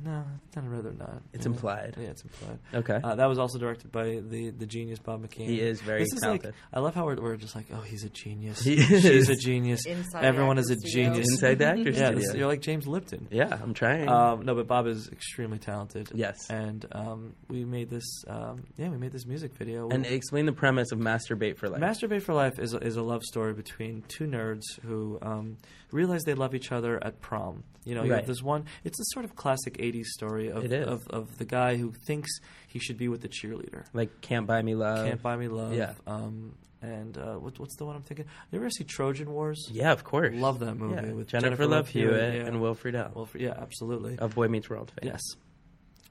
No, I'd rather not. It's Yeah. implied. Yeah, it's implied. Okay. Uh, that was also directed by the, the genius Bob McKean. He is very this is like, talented. I love how we're, we're just like, oh, he's a genius. He She's is. a genius. Inside Everyone is a Actors Studio. genius. Inside the Actors yeah, this, Studio. you're like James Lipton. yeah, I'm trying. Um, no, but Bob is extremely talented. Yes. And um, we made this. Um, yeah, we made this music video. and explain the premise of masturbate for life. Masturbate for Life is a, is a love story between two nerds who um, realize they love each other at prom. You know, you have Right. this one. It's a sort of classic '80s story of, It is. of of the guy who thinks he should be with the cheerleader. like can't buy me love. Can't buy me love. yeah. Um, and uh, what, what's the one I'm thinking? You ever see Trojan Wars? yeah, of course. Love that movie Yeah, with Jennifer, Love Hewitt, and Will. Wilfred L. Wilfred, yeah, absolutely. of Boy Meets World. fame. Yes.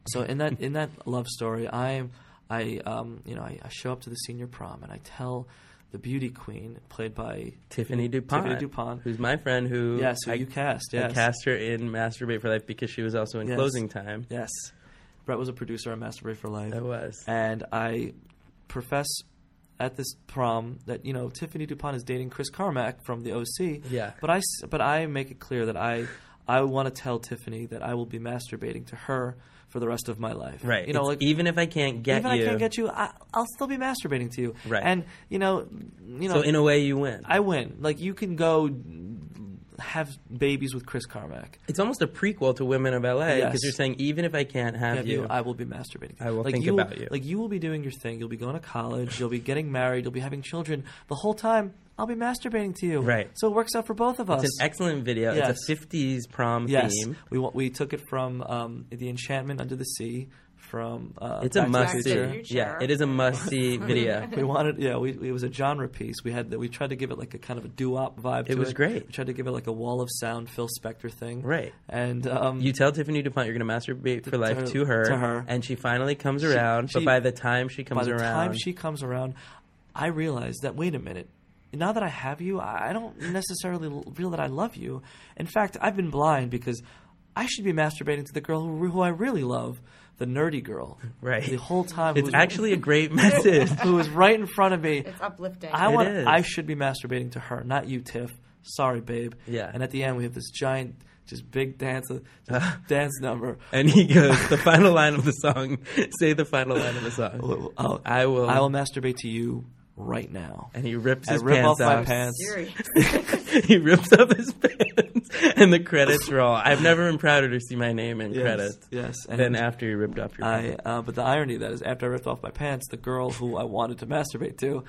So in that in that love story, I I um you know I, I show up to the senior prom and I tell the beauty queen played by Tiffany Dupont, Tiffany Dupont. who's my friend, who yes, who I, you cast. I Yes. cast her in Masturbate for Life because she was also in Yes. Closing Time. Yes. Brett was a producer on Masturbate for Life. I was. And I profess at this prom that you know Tiffany Dupont is dating Chris Carmack from the OC. Yeah. But I s- but I make it clear that I I want to tell Tiffany that I will be masturbating to her for the rest of my life. Right. You know, It's like even if I can't get even you, I can't get you, I, I'll still be masturbating to you. Right. And you know, you know, so in a way you win. I win. Like you can go have babies with Chris Carmack. it's almost a prequel to Women of LA because Yes. you're saying even if I can't have, Have you, you, I will be masturbating. I will like, think you about you. Like you will be doing your thing. You'll be going to college. You'll be getting married. You'll be having children. The whole time, I'll be masturbating to you. Right. So it works out for both of us. it's an excellent video. Yes. It's a '50s prom yes. theme. We wa- we took it from um, the Enchantment Under the Sea. From uh, It's a Back to the must Future. see. Future. Yeah, it is a must see video. we wanted yeah we, it was a genre piece we had that we tried to give it like a kind of a doo-wop vibe to was great. we tried to give it like a wall of sound phil spector thing Right. and um You tell Tiffany DuPont you're going to masturbate for life her- to her, to her. and she finally comes around. she- but by the time she comes by the around, time she comes around I realized that wait a minute, now that I have you, I I don't necessarily l- feel that I love you. In fact, I've been blind because I should be masturbating to the girl who, who I really love, the nerdy girl, Right. The whole time, It's who's- actually a great message. who was right in front of me. It's uplifting. I It want. is. I should be masturbating to her, not you, Tiff. Sorry, babe. Yeah. And at the end, we have this giant, just big dance, just dance number. and he goes, the final line of the song. Say the final line of the song. Oh, I will. I will masturbate to you right now. And he rips I his rip pants off my off. pants. Serious. he rips up his pants, and the credits roll. I've never been prouder to see my name in Yes, credits. yes, And then and after you ripped off your I. pants. Uh, but the irony of that is, after I ripped off my pants, the girl who I wanted to masturbate to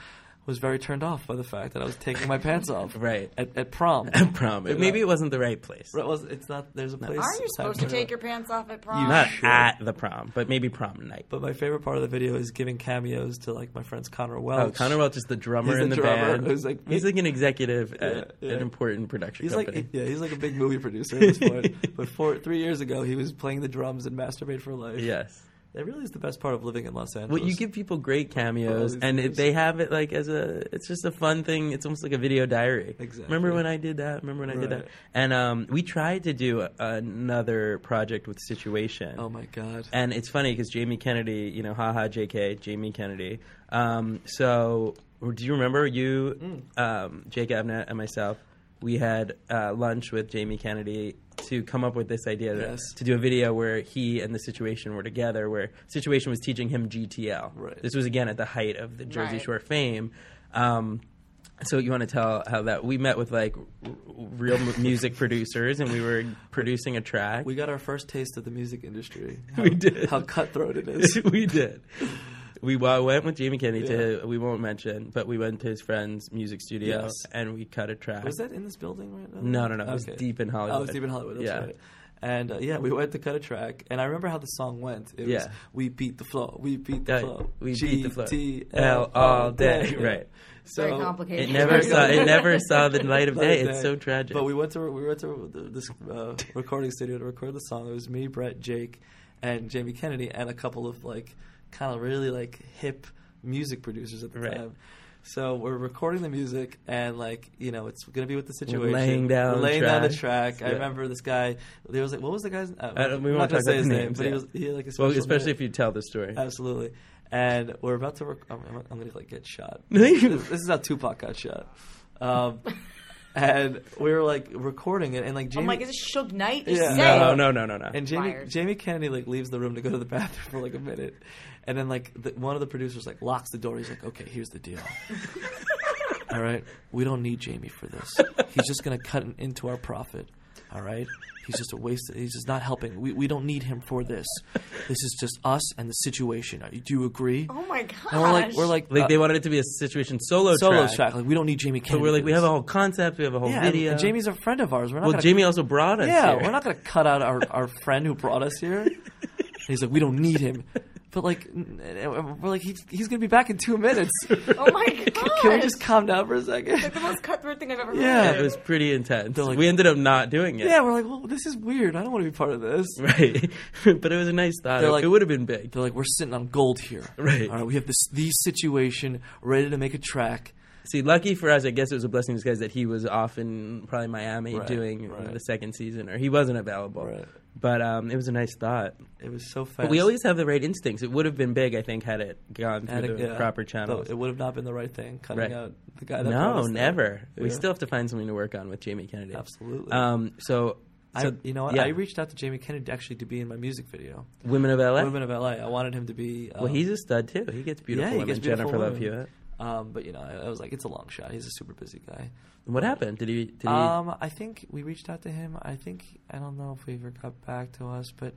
was very turned off by the fact that I was taking my pants off. Right. At, at prom. I prom. It- Maybe it wasn't the right place. It was, it's not. There's a place. Aren't you supposed to take your pants off at prom? Not Sure. at the prom, but maybe prom night. But my favorite part of the video is giving cameos to like my friends Connor Welch. Oh, Connor Welch is the drummer He's the in the drummer band. who's like- he's like an executive at Yeah, yeah. an important production He's company. like yeah, he's like a big movie producer at this point. But four, three years ago, he was playing the drums in Masturbate for Life. yes. that really is the best part of living in Los Angeles. Well, you give people great cameos, Well, and it's- it, they have it like as a. It's just a fun thing. It's almost like a video diary. Exactly. Remember when I did that? Remember when I did Right. that? And um, we tried to do a, another project with Situation. Oh my god! And it's funny because Jamie Kennedy, you know, haha, JK, Jamie Kennedy. Um, so, do you remember you, Mm. um, Jake Abnett, and myself? We had uh, lunch with Jamie Kennedy to come up with this idea to- Yes. to do a video where he and the situation were together, where situation was teaching him GTL. Right. This was again at the height of the Jersey Right. Shore fame. Um, so you want to tell how that we met with like r- real mu- music producers and we were producing a track. We got our first taste of the music industry. We did. How cutthroat it is. we did. We well, went with Jamie Kennedy to we won't mention, but we went to his friend's music studio Yes. and we cut a track. Was that in this building right No, now? no, no, it was deep in Oh, it was Hollywood. deep in Hollywood. That's Yeah. right. And uh, yeah, we went to cut a track, and I remember how the song went. It was Yeah. "We beat the floor, we beat the Yeah, floor, we beat the floor. GTL all day." Right. So Very it complicated. never Very saw it good. never saw the light of day. Light of It's so tragic. But we went to we went to the- this uh, recording studio to record the song. It was me, Brett, Jake, and Jamie Kennedy, and a couple of like kind of really like hip music producers at the Right. time. So we're recording the music, and like you know, it's gonna be with the situation. laying down We're laying down the tracks. track. I Yeah. remember this guy. There was like, what was the guy's? Uh, I don't- we won't I'm not gonna talk say about his the name, names. but he yeah. was he had like a well, special Uh, especially name. if you tell the story. Absolutely. And we're about to. Rec- I'm, I'm, I'm gonna like get shot. No, this, you- this is how Tupac got shot. Um, and we were like recording it, and like Jamie. I'm like, is it Suge Knight? You Yeah. say. no, no, no, no, no. and Jamie, Fired. Jamie Kennedy like leaves the room to go to the bathroom for like a minute, and then like the, one of the producers like locks the door. He's like, "Okay, here's the deal. All right, we don't need Jamie for this. He's just gonna cut into our profit. All right, he's just a waste. He's just not helping. We we don't need him for this. This is just us and the situation. Are you- Do you agree? Oh my gosh. And we're like, we're like, like uh, they wanted it to be a situation solo, solo track. track. Like we don't need Jamie Kennedy. But we're like, we for have a this. whole concept, we have a whole yeah, and- video. And, Jamie's a friend of ours. We're not well, gonna, Jamie also brought us. Yeah, here. we're not gonna cut out our, our friend who brought us here. And he's like, we don't need him. But like, n- n- we're like, he's, he's gonna be back in two minutes. oh my god. Can we just calm down for a second? the most cutthroat thing I've ever Yeah. heard. It was pretty intense. like- we ended up not doing it. Yeah, we're like, well, this is weird. I don't want to be part of this. Right. but it was a nice thought. They're It- like- it would have been big. They're like, we're sitting on gold here. Right. All right, we have this the situation ready to make a track. See, lucky for us, I guess it was a blessing in disguise that he was off in probably Miami Right, doing right. the second season, or he wasn't available. Right. But um, it was a nice thought. It was so fast. But we always have the right instincts. It would have been big, I think, had it gone And through it- the yeah. proper Though channels. It would have not been the right thing cutting Right. out the guy. That brought no, us there. never. We Yeah. still have to find something to work on with Jamie Kennedy. Absolutely. Um, so, I, so, you know what? yeah. I reached out to Jamie Kennedy actually to be in my music video, Women of LA. Women of LA. I wanted him to be. Um, well, he's a stud too. He gets beautiful yeah, he women. gets beautiful Jennifer Love women. Hewitt. Um, but you know, I, I was like, it's a long shot. He's a super busy guy. What happened? Did he? Did he? Um, I think we reached out to him. I think I don't know if we ever got back to us, but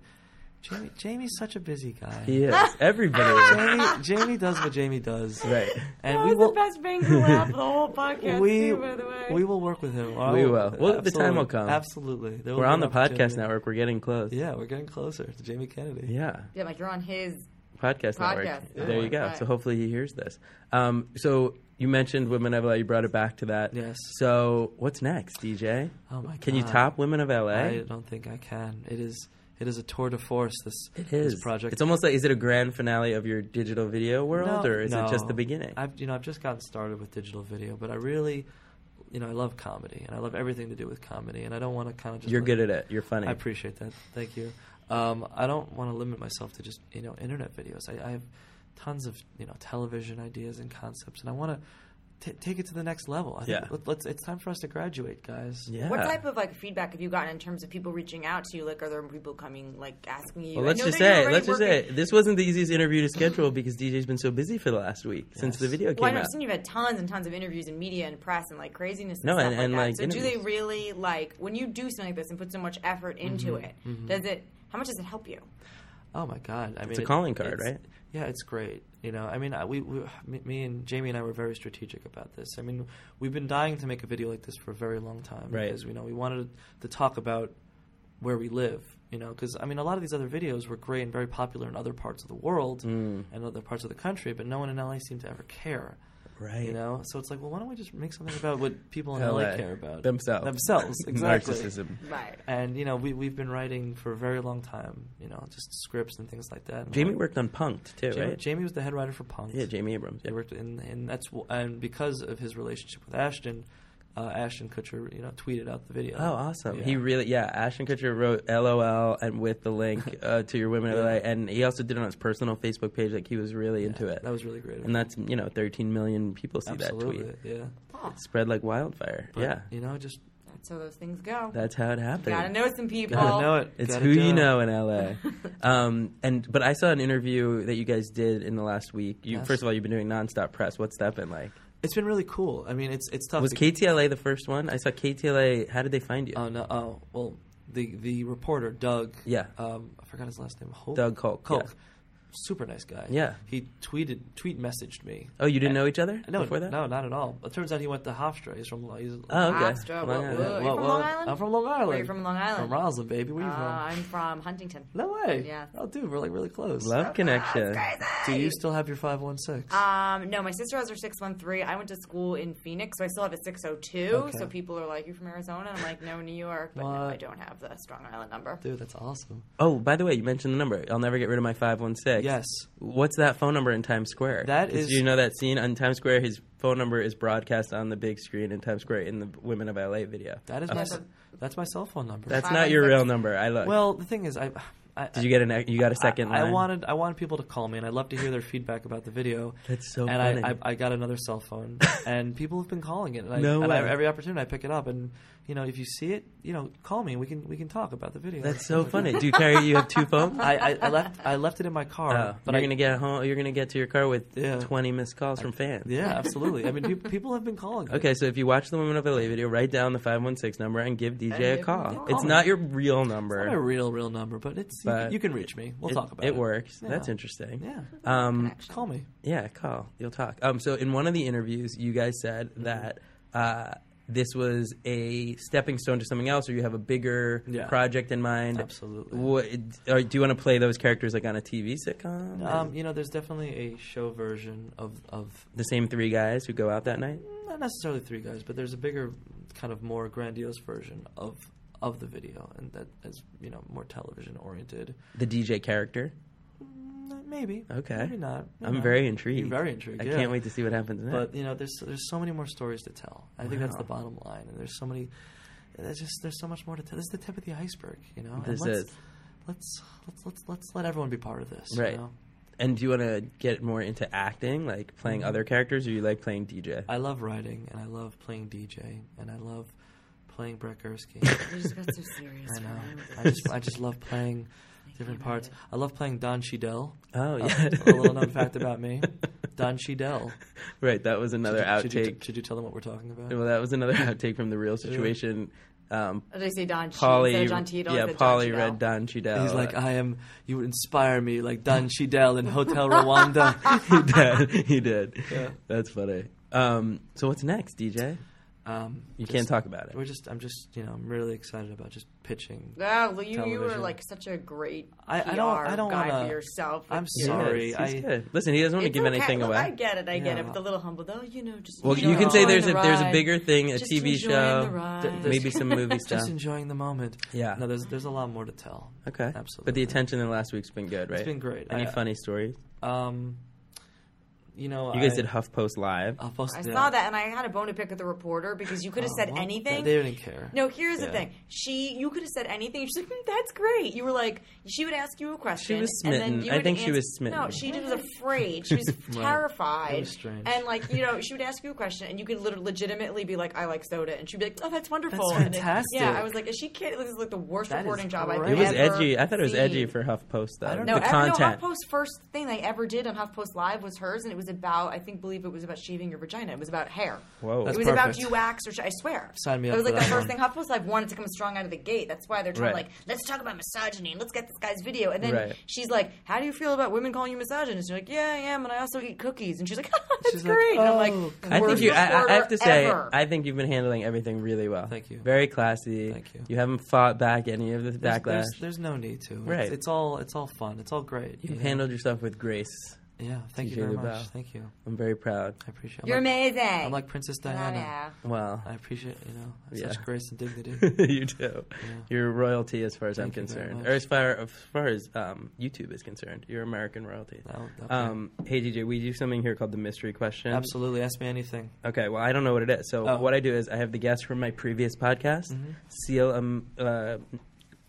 Jamie, Jamie's such a busy guy. he is. Everybody. is. Jamie, Jamie does what Jamie does, Right. And That we was will. the best bang for laugh of the whole podcast, we too, by the way. we will work with him. Oh, We will. Well, the time will Absolutely. come. Absolutely. There will We're be on the an opportunity. podcast network. We're getting close. Yeah, we're getting closer to Jamie Kennedy. Yeah. yeah, like you're on his. podcast, network. Podcast, yeah. There you go. Right. So hopefully he hears this. Um, so you mentioned Women of LA. You brought it back to that. Yes. So what's next, DJ? Oh my Can you God. top Women of LA? I don't think I can. It is. It is a tour de force. This It this is project. It's almost like is it a grand finale of your digital video world, or is it just the beginning? I've you know I've just gotten started with digital video, but I really, you know, I love comedy and I love everything to do with comedy, and I don't want to kind of just. You're like- good at it. You're funny. I appreciate that. Thank you. Um, I don't want to limit myself to just you know internet videos. I, I have tons of you know television ideas and concepts, and I want to take it to the next level. I Yeah. Think let, let's. It's time for us to graduate, guys. yeah. What type of like feedback have you gotten in terms of people reaching out to you? Like, are there people coming like asking you? well, I let's know just that you're say, already let's just working- say, this wasn't the easiest interview to schedule because DJ's been so busy for the last week since the video Well, I came know out. since you've had tons and tons of interviews in media and press and like craziness. And No, stuff and- and, like that. like, so do they interviews. really like when you do something like this and put so much effort into Mm-hmm, it? Does it? How much does it help you? Oh my God! I mean, a calling card, it's- right? Yeah, it's great. You know, I mean, I, we, we, me- me and Jamie and I were very strategic about this. I mean, we've been dying to make a video like this for a very long time Right. because you know we wanted to talk about where we live. You know, because I mean, a lot of these other videos were great and very popular in other parts of the world Mm. and other parts of the country, but no one in LA seemed to ever care. Right. You know, so it's like, well, why don't we just make something about what people in LA LA care about themselves. Themselves, exactly Narcissism. Right. and you know we we've been writing for a very long time. You know, just scripts and things like that. And Jamie like, worked on Punked too, Jamie, right? Jamie was the head writer for Punk. yeah, Jamie Abrams. They worked in, and that's wh- and because of his relationship with Ashton, uh, Ashton Kutcher, you know, tweeted out the video. Oh, awesome! Yeah. He really, yeah. Ashton Kutcher wrote "LOL" and with the link uh, to your women, in LA, and he also did it on his personal Facebook page. Like he was really into it. that was really great. of and him. that's you know, 13 million people see absolutely, that tweet. yeah, It spread like wildfire. But, yeah, You know, just That's how those things go. that's how it happened. Gotta know some people. gotta know it. It's Gotta who do you it. know in LA. um, and but I saw an interview that you guys did in the last week. You Yes. first of all, you've been doing nonstop press. What's that been like? It's been really cool. I mean, it's it's tough. Was to- KTLA the first one? I saw KTLA. How did they find you? Oh no! Oh well, the the reporter Doug. Yeah. Um, I forgot his last name. Hulk? Doug Hulk, Hulk. yeah. Super nice guy. Yeah. He tweeted, tweet messaged me. oh, you didn't And- know each other No, before that? no, not at all. It turns out he went to Hofstra. He's from. He's, Oh, okay. Astra, Long whoa, Island. whoa. Are you Well, well, from Long Island? I'm from Long Island. Where you from Long Island? From Roslyn, baby. Where you Uh, from? I'm from Huntington. no way. Yes. Oh, dude, we're like really close. Love connection. Do you still have your five one six? Um, no, my sister has her 613. I went to school in Phoenix, so I still have a 602. Okay. So people are like, You're from Arizona? I'm like, No, New York. But no, What? I don't have the Strong Island number. Dude, that's awesome. Oh, by the way, you mentioned the number. I'll never get rid of my five one six. Yes. What's that phone number in Times Square? That 'Cause is- You know that scene on Times Square. His phone number is broadcast on the big screen in Times Square in the Women of LA video. That is my. s- That's my cell phone number. That's not your real number. I look. well. The thing is, I. I did you get an? You got a second I, line? I wanted I wanted people to call me, and I'd love to hear their feedback about the video. That's so And funny. I, I I got another cell phone, and people have been calling it. And I, No and I, way. every opportunity I pick it up, and you know if you see it, you know call me. We can we can talk about the video. That's so funny. Do you carry? You have two phones. I, I, I left I left it in my car, Oh, but you're I gonna get home. You're gonna get to your car with Yeah. 20 missed calls from fans. yeah absolutely. I mean pe- people have been calling. it. Okay, so if you watch the Women of LA video, write down the 516 number and give DJ a give call. him a call. It's not your real It's not a number. real real number, but it's you, But can- you can reach me. We'll It, talk about it. it works. Yeah. That's interesting. Yeah, Um, call me. yeah, call. You'll talk. Um, so in one of the interviews, you guys said Mm-hmm. that uh, this was a stepping stone to something else, or you have a bigger Yeah. project in mind. Absolutely. What, or do you want to play those characters like on a TV sitcom? Um, you know, there's definitely a show version of of the same three guys who go out that night. not necessarily three guys, but there's a bigger, kind of more grandiose version of of the video, and that is you know more television oriented. The DJ character. Maybe Okay. maybe not. Maybe I'm not. very intrigued. You're very intrigued. I yeah. can't wait to see what happens next. But you know, there's there's so many more stories to tell. I think that's the Wow. bottom line, and there's so many. There's just there's so much more to tell. This is the tip of the iceberg, you know. And This let's, is. Let's let's let's let's let everyone be part of this, Right. You know? And do you want to get more into acting, like playing Mm-hmm. other characters, or you like playing DJ? I love writing, and I love playing DJ, and I love playing Brett Gursky. You just got so serious. I know. right? With I this. just I just love playing different parts. I love playing Don Cheadle. oh Uh, yeah, a little known fact about me, Don Cheadle. right, that was another should, you, outtake. should you tell them what we're talking about? well, that was another outtake from the real situation. Um, Or they say Don Paulie, Polly, instead of John Tito, yeah, is it Don Polly Cheadle? read Don Cheadle. He's like, "Oh, I am. You inspire me like Don Cheadle in Hotel Rwanda. he did, he did. That's funny. Um, so what's next, DJ? Um, You can't talk about We're it. just. I'm just. You know. I'm really excited about just pitching. Wow, well, you, you were Television. like such a great PR I- I don't- I don't guy wanna- for yourself. I'm It's- He's Sorry, good. He's I- good. Listen, he doesn't want to it's give okay. anything Look, away. I get it. I get Yeah. it. But the little humble though, you know, just well, enjoy you can say there's the a there's a ride. bigger thing, a Just TV enjoying the show, ride. Th- maybe some movie stuff. Just enjoying the moment. Yeah. No, there's there's a lot more to tell. Okay, Absolutely. But the attention in the last week's been good, right? been great. Any I- funny stories? Um. You know. You guys I, Oh, did HuffPost live. I'll post I it. saw that, and I had a bone to pick with the reporter because you could Oh, have said Well, anything. They didn't care. No, here's the Yeah. thing. She, you could have said anything. She's like, "Hmm, "That's great." You were like, she would ask you a question. was And smitten. then you I would think she ans- was smitten. No, she was afraid. She was terrified. It was strange. And like, you know, she would ask you a question, and you could lit- legitimately be like, "I like soda," and she'd be like, "Oh, that's wonderful." That's And it- fantastic. yeah, I was like, "Is she kidding?" This is like the worst That is reporting job I've great. it was ever edgy. I thought it was edgy seen. for HuffPost though. No, the ever, content. no, HuffPost's first thing they ever did on HuffPost Live was hers, and it was about, I think, believe it was about shaving your vagina. It was about hair. Whoa. it That's was about perfect. you wax or sh- I swear. Sign me It up for was like the that first one. thing HuffPost Live wanted to come strong out of the gate. That's why they're trying Right. to like, let's talk about misogyny and let's get this guy's video. And then Right. she's like, how do you feel about women calling you misogynist? And you're like, yeah, I am, and I also eat cookies. And she's like, "Oh, that's She's like, great. and I'm like, "Oh, I think worst you. I, I have reporter to say, ever. I think you've been handling everything really well. Thank you. Very classy. Thank you. You haven't fought back any of the There's- backlash. There's, there's no need to. It's- Right. It's, all it's all fun. It's all great. You've know? handled yourself with grace. Yeah. Thank you TJ very Lubau. much. Thank you. I'm very proud. I appreciate. you're I'm like, amazing. I'm like Princess I Diana. know. Wow. I appreciate you know Yeah. such grace and dignity. you do. You're royalty as far as I'm Thank you very concerned, much. or as far as far as um, YouTube is concerned. You're American royalty. Oh, okay. um, hey DJ, we do something here called the mystery question. Absolutely. Ask me anything. Okay, well, I don't know what it is. So Oh. Mm-hmm. what I do is I have the guest from my previous podcast seal a m- uh,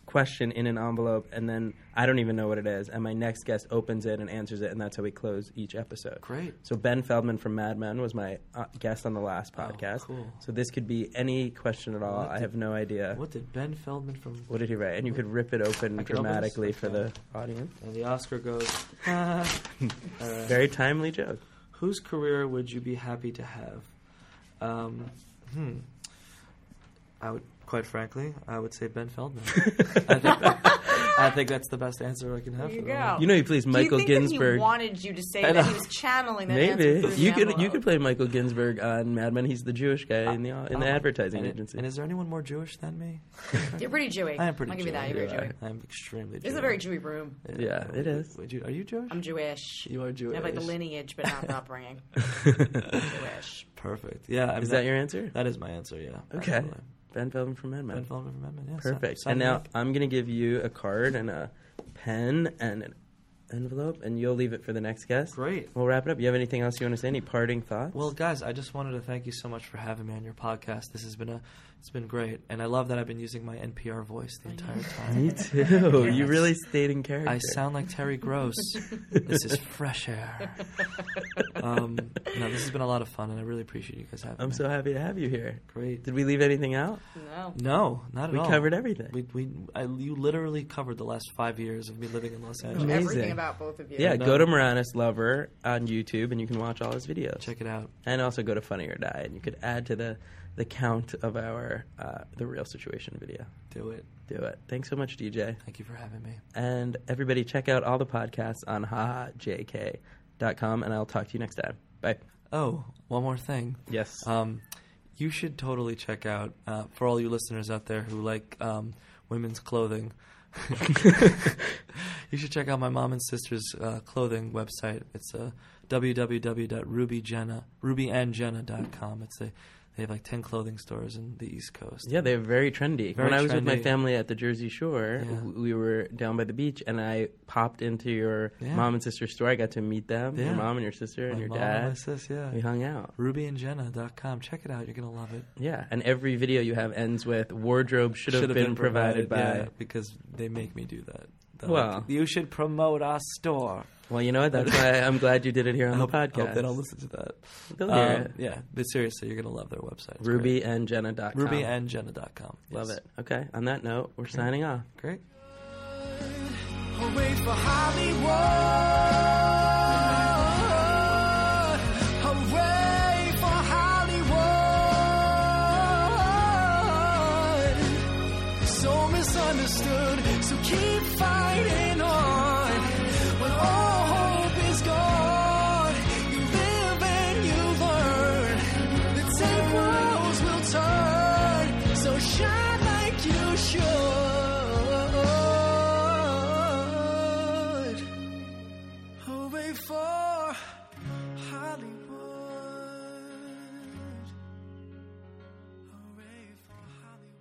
question in an envelope, and then I don't even know what it is, and my next guest opens it and answers it, and that's how we close each episode. Great. So Ben Feldman from Mad Men was my uh, guest on the last podcast. Oh, cool. So this could be any question at all. I have no idea. What did Ben Feldman from What did he write? And you could rip it open could open this? dramatically for the Okay. audience. and the Oscar goes? Very timely joke. Whose career would you be happy to have? Um, hmm. I would, quite frankly, I would say Ben Feldman. I, think I think that's the best answer I can have. There you for go. You know, he plays Michael Oh. Do you think That he Ginsburg. wanted you to say I that he know. was channeling that answer Maybe through the you could you envelope. could play Michael Ginsburg on Mad Men. He's the Jewish guy in the in the Oh, advertising and it- agency. and is there anyone more Jewish than me? You're pretty Jewy. I am pretty I'll give you that. Jewish. You're You very Jewy. I'm extremely. Jewish. This is a very Jewy room. yeah, it is. Wait, you- are you Jewish? I'm Jewish. you are Jewish. I have like the lineage, but not the upbringing. Jewish. Perfect. Yeah. I mean, Is that your answer? That is my answer. Yeah. Okay, absolutely. Ben Feldman from Mad Ben Men. Feldman from Edmund. Yeah. sign- Perfect. sign And me now up. I'm gonna give you a card and a pen and an envelope, and you'll leave it for the next guest. Great. We'll wrap it up. You have anything else you want to say? Any parting thoughts? Well, guys, I just wanted to thank you so much for having me on your podcast. This has been a, it's been great, and I love that I've been using my NPR voice the entire time. me too. You really stayed in character. I sound like Terry Gross. this is fresh air. Um, no, this has been a lot of fun, and I really appreciate you guys having I'm me. so happy to have you here. great. Did we leave anything out? No. no, not at We all. covered everything. We, we, I, you literally covered the last five years of me living in Los Angeles. Amazing. Everything about both of you. yeah, no. go to Moranis Lover on YouTube, and you can watch all his videos. Check it out. and also go to Funny or Die, and you could add to the the count of our uh, the real situation video. Do it. Do it. Thanks so much, DJ, Thank you for having me. and everybody. Check out all the podcasts on hahajk.com, and I'll talk to you next time. Bye. Oh, one more thing. Yes. Um, you should totally check out uh, for all you listeners out there who like um, women's clothing. you should check out my mom and sister's uh, clothing website. It's uh, www.rubyjenna rubyandjenna.com. It's a they have like ten clothing stores in the East Coast. Yeah, they're very trendy. Very when I was with my trendy. family at the Jersey Shore, Yeah. w we were down by the beach, and I popped into your Yeah. mom and sister store. I got to meet them, your Yeah. mom and your sister and My your mom dad. and my sis, yeah. We hung out. rubyandjenna.com. Check it out. You're gonna love it. Yeah, and every video you have ends with wardrobe should have Should've been, provided, by. yeah, because they make me do that. They're Well. like, you should promote our store. Well, you know what? That's why I'm glad you did it here on the hope, podcast. hope they don't listen to that. They'll hear Um, it. Yeah, but seriously, you're gonna love their website. It's Ruby and Jenna.com. great. Ruby and Jenna.com. Love Yes. it. Okay. On that note, we're signing off. Great. Or wait for Hollywood. Away for Hollywood. So misunderstood. So keep fighting on. When all hope is gone, you live and you learn. The tape roads will turn. are Hollywood. Hooray for Hollywood.